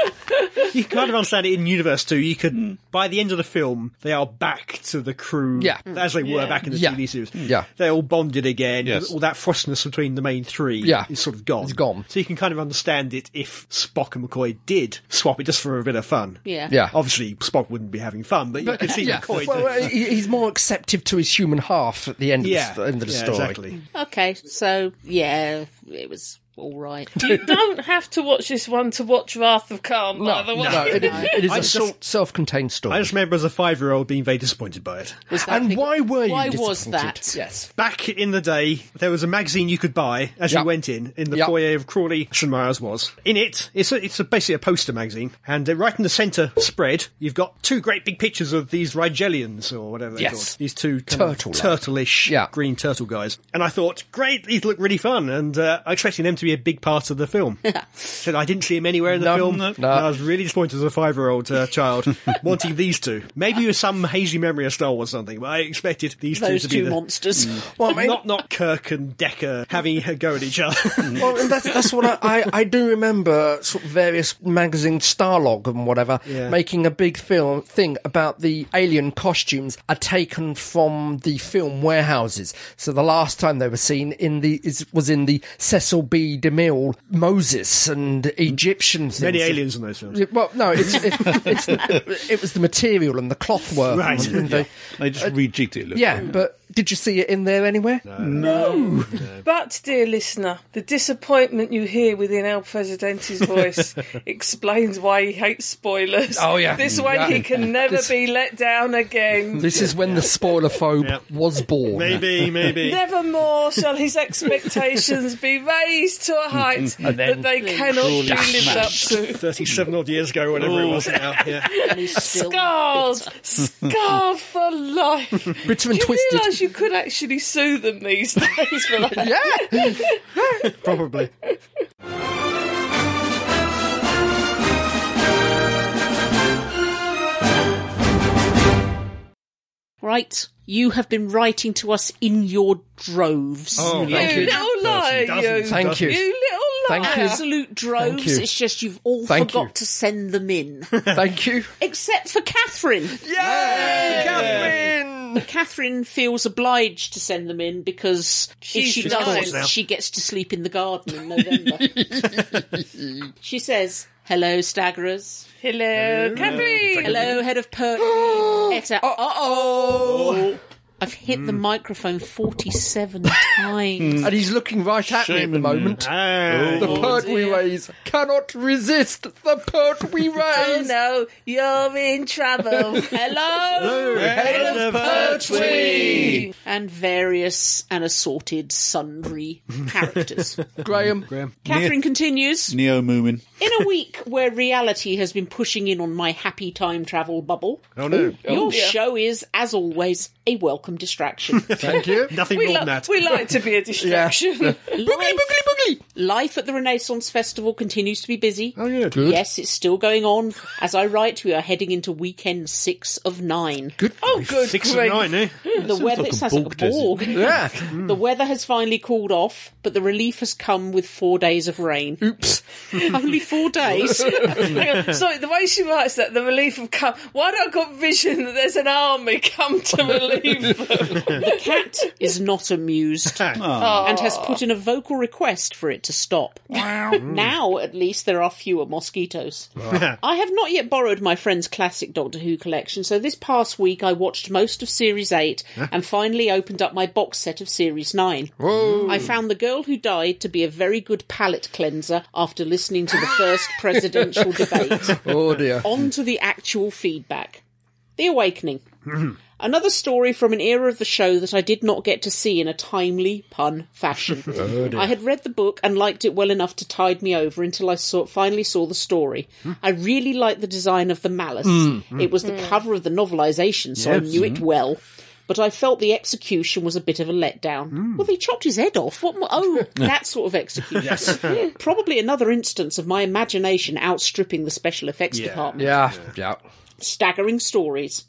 S5: you kind of understand it in universe too. You could,
S1: Hmm.
S5: by the end of the film, they are back to the crew
S1: Yeah.
S5: as they were back in the
S1: Yeah. Hmm.
S5: TV series.
S1: Yeah.
S5: they're all bonded again.
S3: Yes.
S5: All that frostiness between the main three
S1: Yeah.
S5: is sort of gone.
S1: It's gone.
S5: So you can kind of understand it if Spock and McCoy did swap it just for a bit of fun.
S2: Yeah.
S1: yeah.
S5: Obviously, Spock wouldn't be having fun, but you could see
S1: yeah.
S5: McCoy.
S1: Well, uh, he- he's more acceptive to his human half at the end
S5: yeah,
S1: of the, end of the
S5: yeah,
S1: story.
S5: exactly.
S2: Okay, so yeah, it was all right.
S6: You don't have to watch this one to watch Wrath of Khan, by
S1: No,
S6: the way.
S1: no, it, it is
S5: I
S1: a
S5: just-
S1: self- self-contained
S5: I
S1: story.
S5: just remember as a five-year-old being very disappointed by it.
S2: Was that
S1: and
S2: big-
S1: why were you?
S2: Why was
S1: disappointed?
S2: that?
S1: Yes.
S5: Back in the day, there was a magazine you could buy as
S1: Yep.
S5: you went in, in the
S1: Yep.
S5: foyer of Crawley, St Myers was. In it, it's, a, it's a, basically a poster magazine, and uh, right in the centre spread, you've got two great big pictures of these Rigelians, or whatever they're
S1: Yes.
S5: called. These two kind of
S1: Turtle-like.
S5: turtle-ish
S1: Yeah.
S5: green turtle guys. And I thought, great, these look really fun, and uh, I expected them to be a big part of the film. so I didn't see them anywhere in the
S1: No,
S5: film,
S1: no.
S5: and I was really disappointed as a five-year-old uh, child wanting these two. Maybe it was some hazy memory of Star Wars or something, but I expected these
S2: those
S5: two to be
S2: two
S5: the... Mm.
S2: monsters?
S1: Well, I mean-
S5: Not not Kirk and Decker having a go at each other.
S1: well, and that's that's what I, I, I do remember. Sort of various magazines, Starlog and whatever,
S5: Yeah.
S1: making a big film thing about the alien costumes are taken from the film warehouses. So the last time they were seen in the is, was in the Cecil B. DeMille Moses and Egyptian things.
S5: Many aliens in those films.
S1: Yeah, Well, no, it's, it, it's the, it was the material and the cloth work.
S5: Right.
S1: And they,
S3: They
S2: Uh,
S3: just rejigged it. it looks
S1: yeah,
S3: like.
S1: but did you see it in there anywhere?
S6: But, dear listener, the disappointment you hear within El Presidente's voice explains why he hates spoilers.
S1: Oh, yeah.
S6: This way
S1: Yeah.
S6: he can never
S1: This-
S6: be let down again.
S1: This is when the spoiler phobe
S5: Yeah.
S1: was born.
S5: Maybe, maybe.
S6: Nevermore shall his expectations be raised to a height
S1: Mm-hmm.
S6: that they cannot be lived up to.
S5: Thirty-seven odd years ago, whatever it was now. Yeah.
S2: And he's still
S6: Scars! Scarred for life!
S1: Bitter and
S6: Do you
S1: twisted.
S6: realise you could actually sue them these days for that?
S1: Yeah.
S5: Probably.
S2: right. You have been writing to us in your droves.
S5: Oh,
S6: You
S5: thank you.
S6: little liar, you!
S5: Dozens,
S1: Thank you.
S6: You little liar!
S1: Thank you.
S2: Absolute droves.
S1: you.
S2: It's just you've all
S1: Thank
S2: forgot
S1: you.
S2: to send them in,
S1: Thank you.
S2: except for Catherine.
S1: Catherine!
S2: Catherine feels obliged to send them in because if
S6: She's
S2: she
S6: just
S5: bored now.
S2: doesn't, she gets to sleep in the garden in November. she says, "Hello, staggerers.
S6: Hello, Catherine!
S2: Hello, head of pertly Etta. Uh oh, I've hit the microphone forty-seven times.
S1: And he's looking right at me at the
S3: Shame on you.
S1: moment.
S5: Ah.
S1: The pert we raise cannot resist the pert we
S6: Oh
S1: raise.
S6: no, you're in trouble.
S2: Hello,
S1: Head of Pertwee!
S2: and various and assorted sundry characters."
S1: Graham.
S2: Catherine continues.
S3: Neo Moomin.
S2: In a week where reality has been pushing in on my happy time travel bubble,
S5: Oh no.
S2: your show is, as always, a welcome distraction.
S1: Thank you.
S5: Nothing
S6: we,
S5: more
S6: lo-
S5: than that.
S6: we like to be a distraction.
S2: life,
S1: Boogly, boogly.
S2: life at the Renaissance Festival continues to be busy.
S5: Oh yeah.
S1: Good.
S2: Yes, it's still going on. As I write, we are heading into weekend six of nine.
S1: Good.
S6: Oh, good
S5: Six
S6: grief.
S5: and nine, eh?
S2: the weather
S3: like a
S2: it sounds like
S3: bog
S2: a
S3: desert.
S2: bog.
S1: Yeah.
S2: the weather has finally cooled off, but the relief has come with four days of rain.
S1: Oops.
S2: Only four days.
S6: Hang on. Sorry, the way she writes that, the relief of come. Why do I got vision that there's an army come to relieve them?
S2: the cat is not amused. and has put in a vocal request for it to stop. now, at least, there are fewer mosquitoes. I have not yet borrowed my friend's classic Doctor Who collection, so this past week I watched most of Series 8 and finally opened up my box set of Series 9. I found The Girl Who Died to be a very good palate cleanser after listening to the first presidential debate.
S1: Oh dear.
S2: On to the actual feedback. The Awakening. Another story from an era of the show that I did not get to see in a timely pun fashion. I had read the book and liked it well enough to tide me over until I saw, finally saw the story. I really liked the design of the malice. It was the cover of the novelisation, so I knew it well. but I felt the execution was a bit of a letdown. Well, they chopped his head off. What? mo- Oh, that sort of execution. Yeah, Probably another instance of my imagination outstripping the special effects department
S1: Yeah, yeah.
S2: um, staggering stories.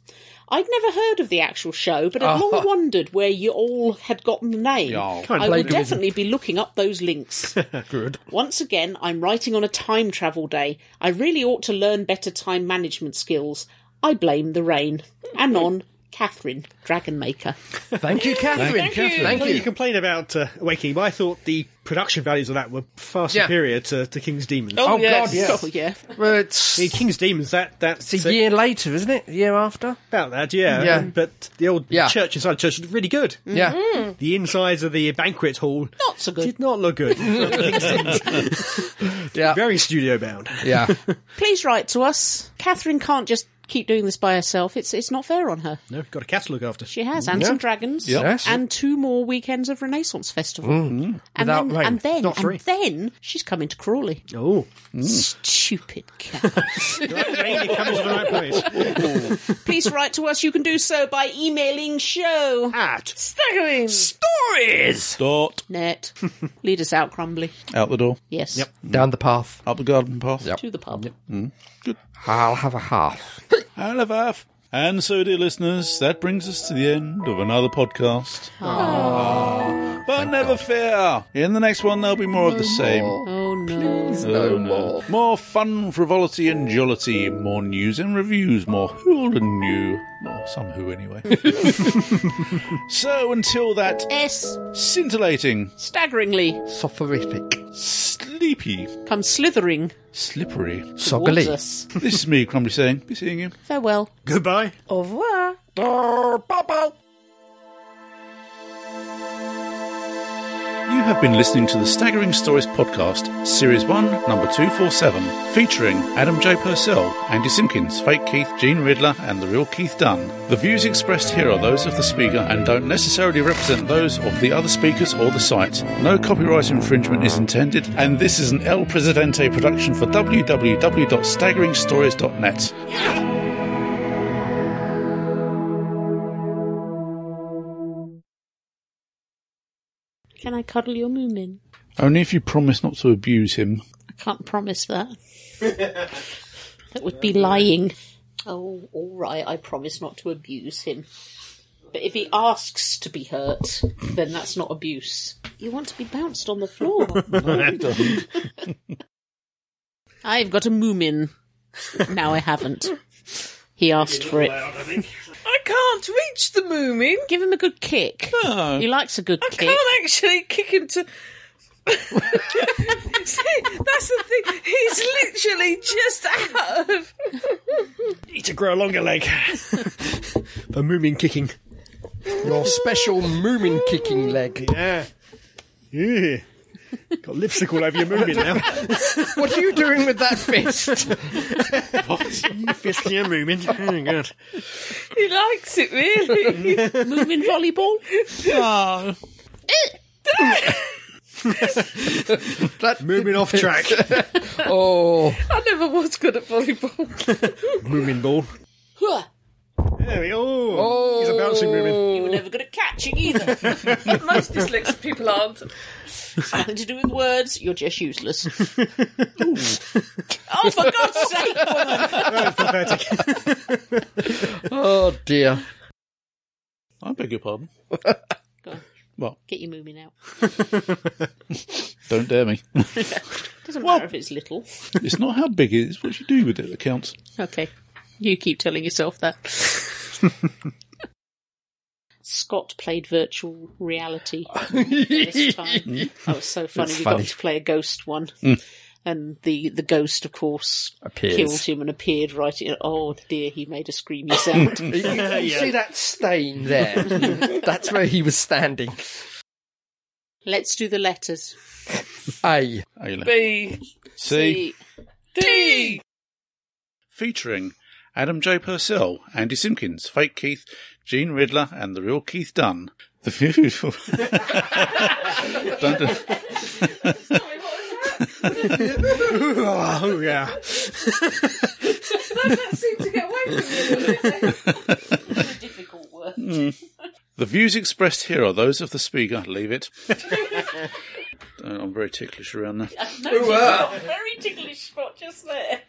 S2: I'd never heard of the actual show, but I've
S1: Oh.
S2: long wondered where you all had gotten the name. I will
S1: plagiarism.
S2: definitely be looking up those links. Good. Once again, I'm writing on a time travel day. I really ought to learn better time management skills. I blame the rain. Anon, Catherine, Dragon Maker.
S1: Thank you, Catherine.
S6: Thank you.
S1: Thank
S5: Well, you
S1: you.
S5: complained about uh, Awakening, but I thought the production values of that were far
S1: Yeah.
S5: superior to, to King's Demons.
S6: Oh,
S1: God,
S6: yes.
S1: yes.
S2: Oh, yeah.
S1: Well, it's,
S5: The King's Demons, that, that's
S1: it's a year later, isn't it? A year after?
S5: about that, yeah.
S1: Yeah.
S5: But the old
S1: Yeah.
S5: church inside the church was really good.
S1: Yeah.
S6: Mm-hmm.
S5: The insides of the banquet hall
S2: Not so good.
S5: did not look good.
S1: Yeah.
S5: Very studio bound.
S1: Yeah.
S2: Please write to us. Catherine can't just keep doing this by herself. It's, it's not fair on her.
S5: No, got a cat to look after.
S2: She has, and some dragons,
S1: Yes.
S2: and two more weekends of Renaissance Festival, and,
S1: Without
S2: then,
S1: rain.
S2: and then,
S1: Not three.
S2: and then she's coming to Crawley.
S5: Oh,
S2: Stupid cat!
S5: rain it comes from the right place.
S2: Please write to us. You can do so by emailing show
S5: At
S6: Staggering.
S3: Dot.
S2: net. Lead us out, Crumbly.
S3: Out the door.
S2: Yes,
S1: Down the path.
S3: Up the garden path.
S2: to the pub.
S1: I'll have a half.
S3: I'll have half. And so, dear listeners, that brings us to the end of another podcast. Ah. But never fear. In the next one, there'll be more of the same.
S2: Oh no!
S3: Oh, no. More fun, frivolity, and jollity. More news and reviews. More who old and new. Or some who, anyway. so, until that
S2: S
S3: scintillating,
S2: staggeringly
S1: Soporific.
S3: sleepy,
S2: come slithering
S3: slippery.
S2: towards
S1: Soggly.
S2: us.
S3: This is me, Crumbly, saying, be seeing you.
S2: Farewell.
S5: goodbye.
S6: Au revoir.
S3: You have been listening to the Staggering Stories podcast, Series 1, Number 247, featuring Adam J. Purcell, Andy Simpkins, Fake Keith, Gene Ridler, and the real Keith Dunn. The views expressed here are those of the speaker and don't necessarily represent those of the other speakers or the site. No copyright infringement is intended, and this is an El Presidente production for www.staggeringstories.net.
S2: Can I cuddle your moomin?
S3: Only if you promise not to abuse him.
S2: I can't promise that. that would be lying. Oh, all right. I promise not to abuse him. But if he asks to be hurt, then that's not abuse. You want to be bounced on the floor. I've got a moomin. Now I haven't. He asked for it.
S6: I can't reach the moomin.
S2: Give him a good kick. He likes a good
S6: I
S2: kick.
S6: can't actually kick him to. See, that's the thing. He's literally just out of.
S5: Need to grow a longer leg. the moomin kicking.
S1: Your special moomin kicking leg.
S5: Yeah. Yeah. Got lipstick all over your moomin now.
S1: What are you doing with that fist?
S5: Fisting your moomin. Oh, God.
S6: He likes it really.
S2: Moomin volleyball.
S5: Moomin off track.
S1: Oh,
S6: I never was good at volleyball.
S5: moomin ball.
S2: Huh.
S5: There we go. Oh. He's a bouncing moomin.
S2: You were never good at catching either.
S6: Most dyslexic people aren't.
S2: nothing to do with words. You're just useless. oh, for God's sake! woman.
S1: oh dear.
S3: I beg your pardon.
S2: Go on,
S3: Well,
S2: get your moomin out.
S3: don't dare me.
S2: Doesn't matter if it's little.
S3: it's not how big it is, what you do with it that counts.
S2: Okay, you keep telling yourself that. Scott played virtual reality this time. That was so funny.
S1: Mm. That's funny. Mm.
S2: we got to play a ghost one. And the, the ghost, of course,
S1: Appears.
S2: killed him and appeared right in. Oh dear, he made a screamy sound.
S1: You, you see that stain there? That's where he was standing.
S2: Let's do the letters.
S1: A.
S3: Ayla.
S6: B
S3: See?
S6: D.
S3: featuring Adam J. Purcell, Andy Simpkins, Fake Keith, Gene Ridler, and the real Keith Dunn. The beautiful. Dun- dun-
S5: Oh, yeah.
S6: That seemed to get away from you.
S2: Difficult word.
S3: The views expressed here are those of the speaker. Leave it. Uh, I'm very ticklish around that.
S2: No, very ticklish spot just there.